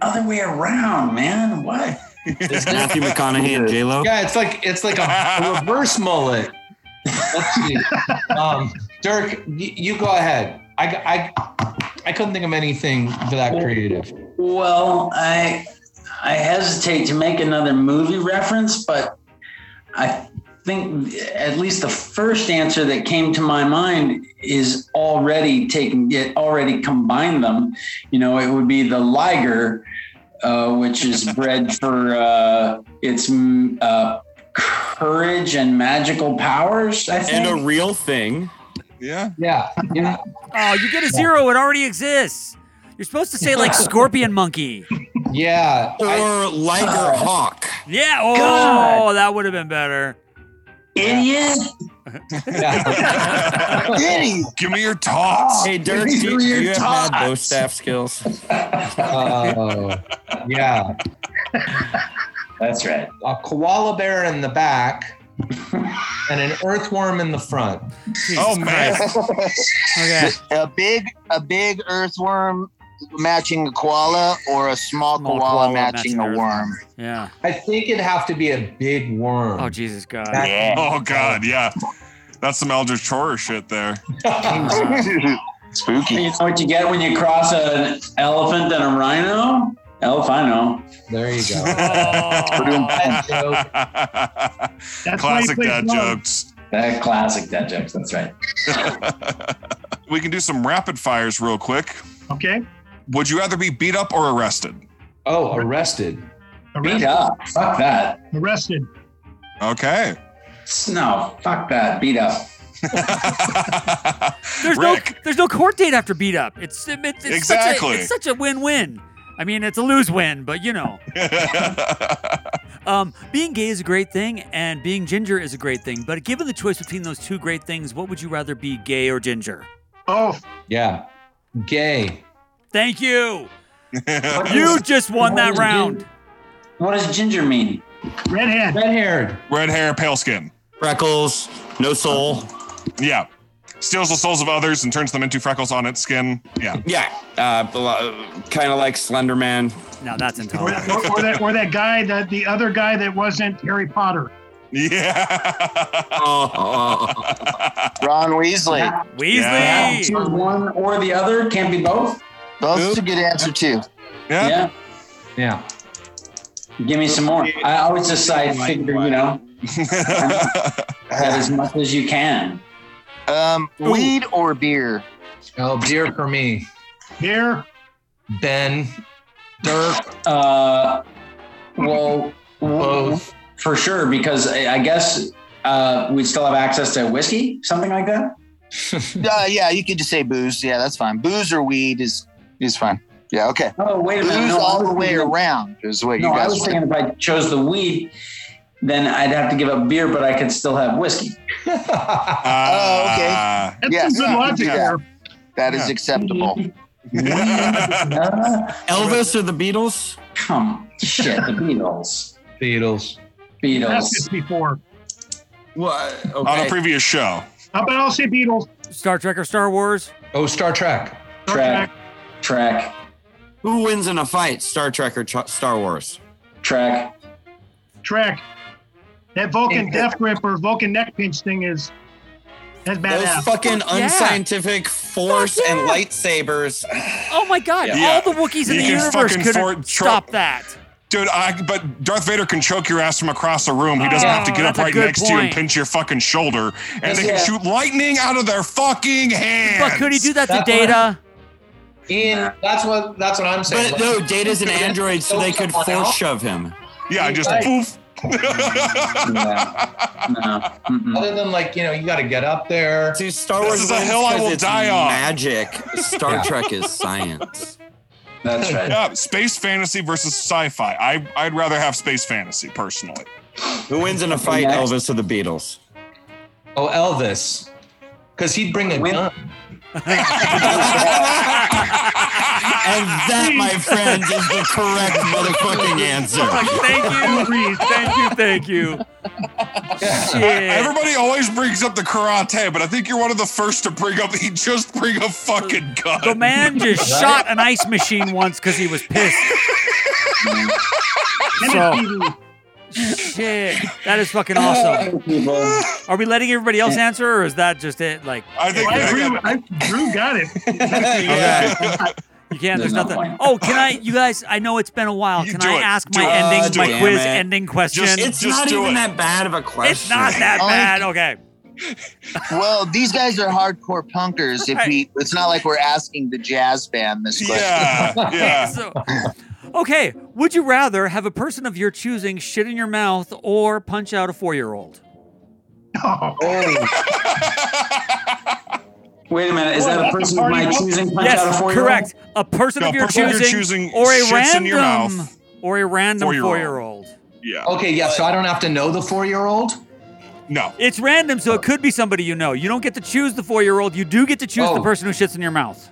Speaker 14: Other way around, man. What?
Speaker 9: Is
Speaker 14: [LAUGHS]
Speaker 5: Matthew McConaughey and J Lo.
Speaker 9: Yeah, it's like it's like a reverse mullet. Let's see. Um, Dirk, y- you go ahead. I, I I couldn't think of anything that creative.
Speaker 14: Well, I I hesitate to make another movie reference, but I think at least the first answer that came to my mind is already taking it already combined them. You know, it would be the liger, uh, which is bred for uh, its mm, uh, courage and magical powers. I think.
Speaker 5: And a real thing.
Speaker 7: Yeah.
Speaker 9: Yeah. Yeah.
Speaker 8: Oh, you get a zero. It already exists. You're supposed to say
Speaker 14: [LAUGHS]
Speaker 8: like scorpion monkey.
Speaker 9: Yeah.
Speaker 5: Or liger
Speaker 14: Uh,
Speaker 5: hawk.
Speaker 8: Yeah. Oh,
Speaker 5: God.
Speaker 8: that would have been better.
Speaker 14: Idiot.
Speaker 7: [LAUGHS] Give me your tots.
Speaker 5: Hey, Dirk, do, you- do you have mad bow staff skills?
Speaker 9: Oh, yeah.
Speaker 14: That's right.
Speaker 9: A koala bear in the back and an earthworm in the front.
Speaker 7: oh man.
Speaker 8: Okay.
Speaker 11: A big a big earthworm matching a koala or a small,
Speaker 8: Small
Speaker 11: [LAUGHS] koala,
Speaker 8: koala
Speaker 11: matching,
Speaker 8: matching
Speaker 11: a
Speaker 8: earth-
Speaker 11: worm.
Speaker 8: Yeah.
Speaker 9: I think it'd have to be a big worm.
Speaker 8: Oh Jesus God.
Speaker 9: Yeah.
Speaker 7: Oh god, yeah. That's some Eldritch horror shit there.
Speaker 11: Spooky.
Speaker 14: You know what you get when you cross an elephant and a rhino? Elfino.
Speaker 9: There you
Speaker 7: [LAUGHS]
Speaker 9: go.
Speaker 10: That's why he
Speaker 7: classic
Speaker 10: plays
Speaker 7: dad
Speaker 10: mom.
Speaker 14: [LAUGHS]
Speaker 7: jokes.
Speaker 14: That classic dad jokes. That's right.
Speaker 7: [LAUGHS] we can do some rapid fires real quick.
Speaker 10: Okay.
Speaker 7: Would you rather be beat up or arrested?
Speaker 9: Oh, arrested.
Speaker 10: Arrested.
Speaker 14: Fuck that.
Speaker 10: Arrested.
Speaker 7: Okay.
Speaker 14: No, fuck that.
Speaker 5: [LAUGHS]
Speaker 14: Beat up.
Speaker 8: There's no there's no court date after beat up. It's it- it's, it's
Speaker 7: Exactly.
Speaker 8: Such a, it's such a win-win. I mean, it's a lose-win, but
Speaker 7: [LAUGHS]
Speaker 8: you know, um, being gay is a great thing, and being ginger is a great thing. But given the choice between those two great things, what would you rather be, gay or ginger?
Speaker 10: Oh,
Speaker 9: Yeah. Gay.
Speaker 7: [LAUGHS]
Speaker 8: Thank you. You just won that round.
Speaker 14: What does ginger mean?
Speaker 10: redhead.
Speaker 9: Red haired.
Speaker 7: Red hair, pale skin.
Speaker 5: Freckles, no soul.
Speaker 7: Yeah. Steals the souls of others and turns them into freckles on its skin. Yeah.
Speaker 5: Yeah, uh, kind of like Slender Man.
Speaker 8: No, that's
Speaker 10: Or,
Speaker 8: intolerable.
Speaker 10: or, or that or that guy that the other guy that wasn't Harry Potter.
Speaker 7: Yeah.
Speaker 11: Ron Weasley.
Speaker 8: Weasley.
Speaker 14: Yeah, choose one or the other. Can't be both.
Speaker 11: Both a good answer too.
Speaker 14: Yeah.
Speaker 9: Yeah.
Speaker 14: Give me some more. I always just I figure,
Speaker 7: [LAUGHS]
Speaker 14: you know, get as much as you can.
Speaker 11: Um, weed or beer?
Speaker 9: Oh, beer for me.
Speaker 10: Here.
Speaker 9: Ben. Dirk.
Speaker 14: Uh, well, both for sure because I I guess uh, we'd still have access to whiskey, something like that.
Speaker 11: Uh, yeah, you could just say booze. Yeah, that's fine. Booze or weed is is fine. Yeah, okay.
Speaker 14: Oh, wait a
Speaker 11: booze
Speaker 14: minute. No, I
Speaker 11: all
Speaker 14: was
Speaker 11: the way
Speaker 14: thinking-
Speaker 11: around is what
Speaker 14: No,
Speaker 11: you
Speaker 14: I
Speaker 11: guys.
Speaker 14: was thinking if I chose the weed, then I'd have to give up beer, but I could still
Speaker 7: [LAUGHS]
Speaker 14: have whiskey.
Speaker 7: Uh,
Speaker 8: Uh,
Speaker 11: oh, okay.
Speaker 10: That's
Speaker 11: Yes,
Speaker 10: some good
Speaker 11: you could
Speaker 10: logic
Speaker 11: do that.
Speaker 10: there.
Speaker 11: That is
Speaker 7: Yeah. [LAUGHS]
Speaker 14: [LAUGHS]
Speaker 11: acceptable.
Speaker 14: Uh,
Speaker 5: Elvis or the Beatles?
Speaker 14: Come shit, the Beatles.
Speaker 9: Beatles.
Speaker 14: Beatles.
Speaker 10: Asked this before.
Speaker 14: What?
Speaker 7: on a previous show.
Speaker 10: How about I'll say Beatles?
Speaker 8: Star Trek or Star Wars?
Speaker 9: Oh, Star Trek.
Speaker 14: Track. Track.
Speaker 5: Who wins in a fight, Star Trek or Tr- Star Wars?
Speaker 14: Track.
Speaker 10: Trek. That Vulcan death grip or Vulcan neck pinch thing is that's
Speaker 5: Those
Speaker 10: badass.
Speaker 5: fucking
Speaker 8: Fuck yeah.
Speaker 5: unscientific force
Speaker 8: Fuck yeah.
Speaker 5: and lightsabers.
Speaker 8: Oh my God!
Speaker 7: Yeah.
Speaker 8: All the Wookiees in
Speaker 7: You
Speaker 8: the
Speaker 7: can
Speaker 8: universe
Speaker 7: fucking
Speaker 8: could
Speaker 7: for- tro-
Speaker 8: stop that.
Speaker 7: Dude, I, but Darth Vader can choke your ass from across the room. He doesn't
Speaker 8: Oh,
Speaker 7: have to get up
Speaker 8: that's a
Speaker 7: right
Speaker 8: good
Speaker 7: next to you and
Speaker 8: point.
Speaker 7: pinch your fucking shoulder. And they can
Speaker 14: Yeah.
Speaker 7: shoot lightning out of their fucking hands.
Speaker 8: But could he do that to
Speaker 9: That's what-
Speaker 8: Data?
Speaker 9: Ian, that's what that's what I'm saying.
Speaker 5: But
Speaker 9: Like,
Speaker 5: no, Data's
Speaker 9: [LAUGHS]
Speaker 5: an android, so they could
Speaker 9: Someone
Speaker 5: force
Speaker 9: else?
Speaker 5: shove him.
Speaker 7: Yeah, just
Speaker 9: Right. [LAUGHS]
Speaker 7: poof.
Speaker 14: Yeah. No. Mm-mm.
Speaker 9: Other than like you know, you got to get up there.
Speaker 5: See, Star
Speaker 7: This
Speaker 5: Wars
Speaker 7: is a
Speaker 5: wins
Speaker 7: hill I
Speaker 5: 'cause
Speaker 7: will
Speaker 5: it's
Speaker 7: die on.
Speaker 5: Magic. Star
Speaker 9: Yeah.
Speaker 5: Trek is
Speaker 14: [LAUGHS]
Speaker 5: science.
Speaker 14: That's right.
Speaker 7: Yeah, space fantasy versus sci-fi. I I'd rather have space fantasy personally.
Speaker 5: Who wins in a fight,
Speaker 14: Next.
Speaker 5: Elvis or the Beatles?
Speaker 9: Oh, Elvis, because he'd bring a
Speaker 14: When-
Speaker 9: gun.
Speaker 5: And that,
Speaker 7: [LAUGHS]
Speaker 5: my friends, is the correct motherfucking answer.
Speaker 8: Like, [LAUGHS] thank you, Reese. Thank you, thank you. Shit.
Speaker 7: Everybody always brings up the karate, but I think you're one of the first to bring up. He just bring a fucking gun.
Speaker 8: The man just
Speaker 9: Right?
Speaker 8: shot an ice machine once because he was pissed. So,
Speaker 10: Kennedy.
Speaker 8: shit, that is fucking awesome.
Speaker 14: People.
Speaker 8: Are we letting everybody else answer, or is that just it? Like,
Speaker 7: I think
Speaker 10: I
Speaker 7: I
Speaker 10: agree.
Speaker 7: got-
Speaker 10: With, I, Drew got
Speaker 8: [LAUGHS]
Speaker 10: it.
Speaker 8: You can't. There's,
Speaker 14: There's no
Speaker 8: nothing.
Speaker 14: point.
Speaker 8: Oh, can I? You guys, I know it's been a while.
Speaker 7: You
Speaker 8: Can
Speaker 7: do
Speaker 8: I
Speaker 7: it.
Speaker 8: ask
Speaker 7: Do
Speaker 8: my
Speaker 7: it.
Speaker 8: ending,
Speaker 5: Uh,
Speaker 8: my
Speaker 5: damn
Speaker 8: quiz
Speaker 5: it.
Speaker 8: ending question?
Speaker 7: Just-
Speaker 5: It's
Speaker 7: just
Speaker 5: not
Speaker 7: do
Speaker 5: even
Speaker 7: it.
Speaker 5: that bad of a question.
Speaker 8: it's not that
Speaker 11: Only-
Speaker 8: bad. Okay.
Speaker 11: Well, these guys are hardcore punkers. If we, it's not like we're asking the jazz band this question.
Speaker 7: yeah,
Speaker 11: [LAUGHS]
Speaker 7: yeah.
Speaker 8: So, okay. Would you rather have a person of your choosing shit in your mouth or punch out a four-year-old?
Speaker 10: No.
Speaker 14: Wait a minute. Is
Speaker 10: Well,
Speaker 14: that a
Speaker 10: that's a
Speaker 14: person of my
Speaker 10: party.
Speaker 14: choosing punch out
Speaker 8: yes,
Speaker 14: a four year
Speaker 8: correct. A person
Speaker 7: No,
Speaker 8: of your
Speaker 7: person of your choosing
Speaker 8: choosing, or a
Speaker 7: shits
Speaker 8: random
Speaker 7: in your mouth.
Speaker 8: or a random
Speaker 7: Four-year-old.
Speaker 8: four-year-old.
Speaker 7: yeah.
Speaker 9: Okay, yeah. So I don't have to know the four-year-old.
Speaker 7: No.
Speaker 8: It's random, so it could be somebody you know. You don't get to choose the four-year-old. You do get to choose the
Speaker 9: Oh.
Speaker 8: person who shits in your mouth.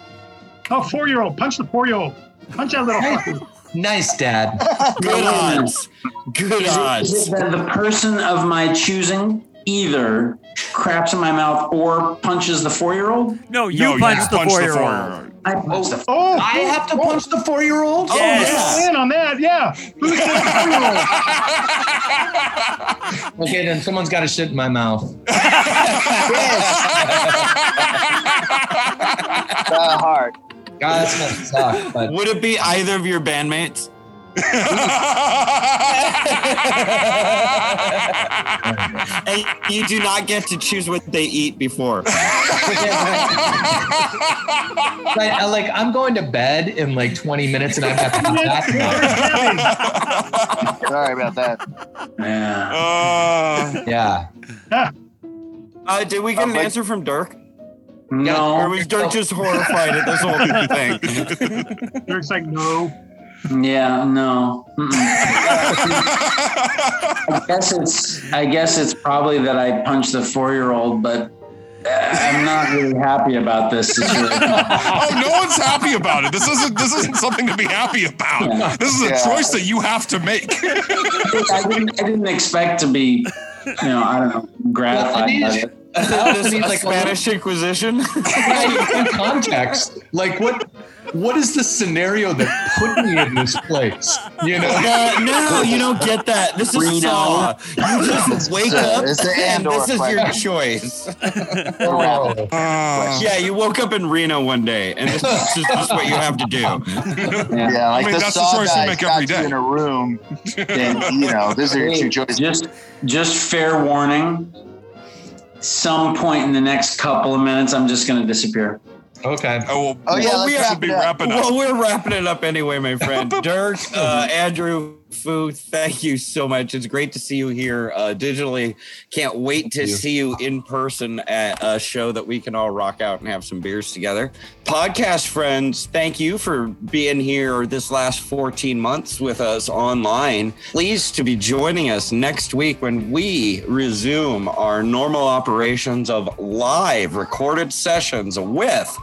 Speaker 10: Oh, four year old. Punch the four year old. Punch that little fucker.
Speaker 9: Nice, Dad.
Speaker 14: [LAUGHS]
Speaker 5: Good odds. Good
Speaker 14: Is
Speaker 5: odds.
Speaker 14: it that the person of my choosing either craps in my mouth or punches the four year old?
Speaker 8: No, you
Speaker 7: no,
Speaker 8: punch
Speaker 7: you
Speaker 8: the
Speaker 7: punch
Speaker 8: four-year-old.
Speaker 14: I punch the
Speaker 10: Oh,
Speaker 9: I have to punch the four-year-old.
Speaker 8: Oh,
Speaker 10: oh,
Speaker 8: yes.
Speaker 10: in on that. Yeah. Who's the four-year-old?
Speaker 9: Okay, then someone's got to shit in my mouth.
Speaker 11: The heart.
Speaker 9: God, that's gonna suck. But
Speaker 5: Would it be either of your bandmates? And you do not get to choose what they eat before.
Speaker 9: [LAUGHS] Like, I, like, I'm going to bed in like 20 minutes, and I have to come back.
Speaker 7: [LAUGHS]
Speaker 11: Sorry about that.
Speaker 14: Yeah.
Speaker 7: Uh,
Speaker 9: Yeah.
Speaker 5: Uh, did we get an
Speaker 11: Uh, like-
Speaker 5: answer from Dirk? Or
Speaker 14: No.
Speaker 5: was Dirk just horrified at this whole thing?
Speaker 10: [LAUGHS] Eric's like, no.
Speaker 14: Yeah. No.
Speaker 5: [LAUGHS]
Speaker 14: Mm-mm. I guess it's. I guess it's probably that I punched the four year old, but uh, I'm not really happy about
Speaker 5: [LAUGHS]
Speaker 14: this situation.
Speaker 7: [LAUGHS] oh, no one's happy about it. This isn't. This isn't something to be happy about. This is a
Speaker 11: Yeah.
Speaker 7: choice that you have to make. [LAUGHS]
Speaker 14: I didn't, I didn't expect to be, you know, I don't know, gratified by it.
Speaker 9: That
Speaker 5: This
Speaker 9: also
Speaker 5: is
Speaker 9: needs
Speaker 5: a
Speaker 9: like
Speaker 5: Spanish Inquisition.
Speaker 9: in context. Like, what? What is the scenario that put me in this place? You know.
Speaker 5: Uh, no, you don't get that. This
Speaker 14: Reno.
Speaker 5: is Saw. You
Speaker 11: [LAUGHS]
Speaker 5: just wake
Speaker 11: So,
Speaker 5: up
Speaker 11: it's the
Speaker 5: and
Speaker 11: Andor
Speaker 5: this is your
Speaker 11: question.
Speaker 5: choice.
Speaker 9: Oh.
Speaker 7: Uh,
Speaker 5: [LAUGHS] Yeah, you woke up in Reno one day, and this is just just what you have to do.
Speaker 11: Yeah, like
Speaker 7: I mean,
Speaker 11: the
Speaker 7: that's the
Speaker 11: saw
Speaker 7: choice we
Speaker 11: guy
Speaker 7: make
Speaker 11: got
Speaker 7: every
Speaker 11: you
Speaker 7: day.
Speaker 11: in a room. and, you know, those are your two choices.
Speaker 14: Just, just fair warning. Some point in the next couple of minutes, I'm just going to disappear.
Speaker 9: Okay.
Speaker 7: oh, well,
Speaker 11: Oh, yeah, let's
Speaker 7: we
Speaker 11: wrap
Speaker 7: should be
Speaker 11: it up.
Speaker 7: wrapping up.
Speaker 5: Well, we're wrapping it up anyway, my [LAUGHS] friend. Dirk, uh, Andrew, Fu, thank you so much. It's great to see you here uh, digitally. Can't wait to
Speaker 9: you.
Speaker 5: see you in person at a show that we can all rock out and have some beers together. Podcast friends, thank you for being here this last 14 months with us online. Pleased to be joining us next week when we resume our normal operations of live recorded sessions with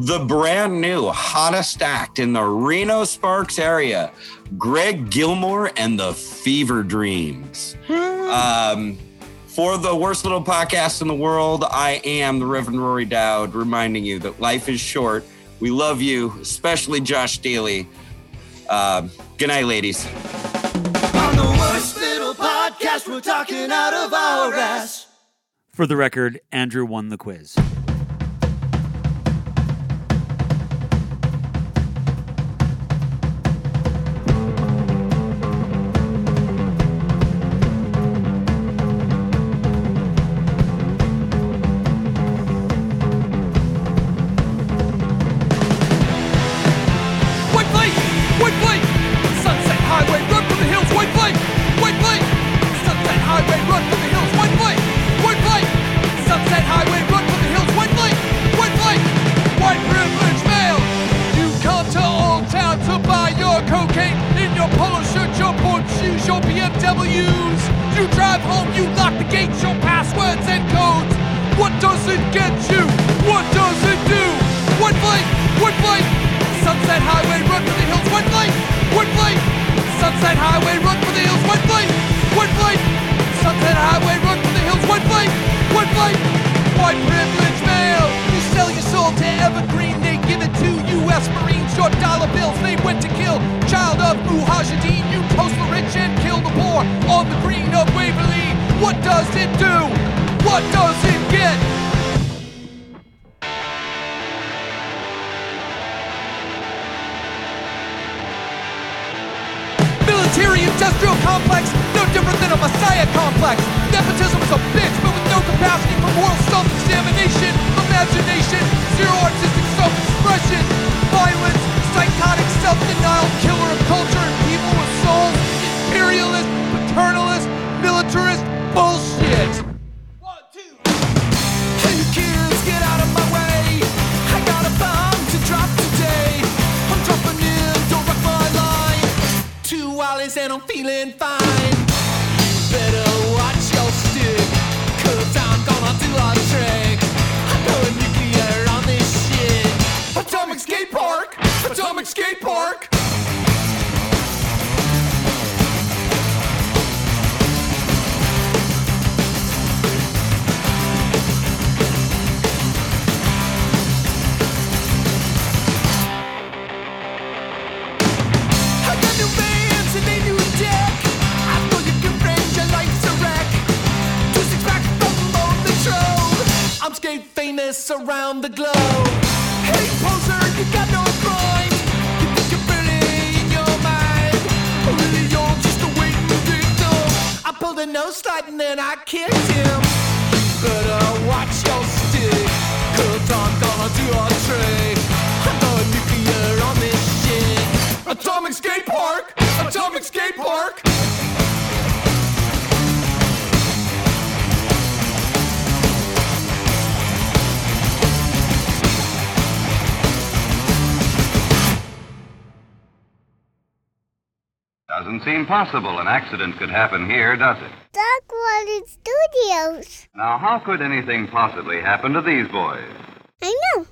Speaker 5: the brand new hottest act in the Reno Sparks area, Greg Gilmore and the Fever Dreams. Um, for the worst little podcast in the world, I am the Reverend Rory Dowd, reminding you that life is short. We love you, especially Josh Daly. Um, good night, ladies.
Speaker 6: On the worst little podcast, we're talking out of our ass.
Speaker 8: For the record, Andrew won the quiz.
Speaker 13: [LAUGHS] White Blake! White Blake! Sunset Highway, run for the hills! White Blake! White Blake! Sunset Highway, run for the hills! White Blake! White Blake! Sunset Highway, run for the hills! White Blake! White Blake! White privilege male! You come to Old Town to buy your cocaine in your polo shirt, your porn shoes, your BMWs. You drive home, you lock the gates, your passwords and codes. What does it get you? What does it do? White Blake! White Blake! Sunset Highway, run for the hills, one flight, one flight. Sunset Highway, run for the hills, one flight, one flight. Sunset Highway, run for the hills, one flight, one flight. White privilege male, you sell your soul to Evergreen, they give it to U.S. Marines. Your dollar bills, they went to kill. Child of Mujahideen, you toast the rich and kill the poor on the green of Waverly. What does it do? What does it get? Military industrial complex, no different than a messiah complex. Nepotism is a bitch, but with no capacity for moral self examination, imagination, zero artistic self expression, violence, psychotic self denial, killer of culture and people with souls, imperialist, paternalist, militarist bullshit.
Speaker 17: Hey, you kids, get out of my way. I got a bomb to drop today. I'm dropping in, don't rock my line. Two wallets and I'm feeling fine. Better watch your stick, cause I'm gonna do a trick. I'm going nuclear on this shit. Atomic skate park, atomic skate park. I got new bands and they new deck. I know you can friend, your life's a wreck. Two six pack bumbo control. I'm skate famous around the globe. Hey poser, you got no mind. You think you're pretty in your mind, but really you're just a waiting victim. I pulled a no slide and then I kicked him. Better watch your stick, cause I'm gonna do a trick. I'm going nuclear on this shit. Atomic skate park! Atomic skate park!
Speaker 18: Doesn't seem possible an accident could happen here, does it?
Speaker 19: Doc Warden Studios.
Speaker 18: Now, how could anything possibly happen to these boys?
Speaker 19: I know.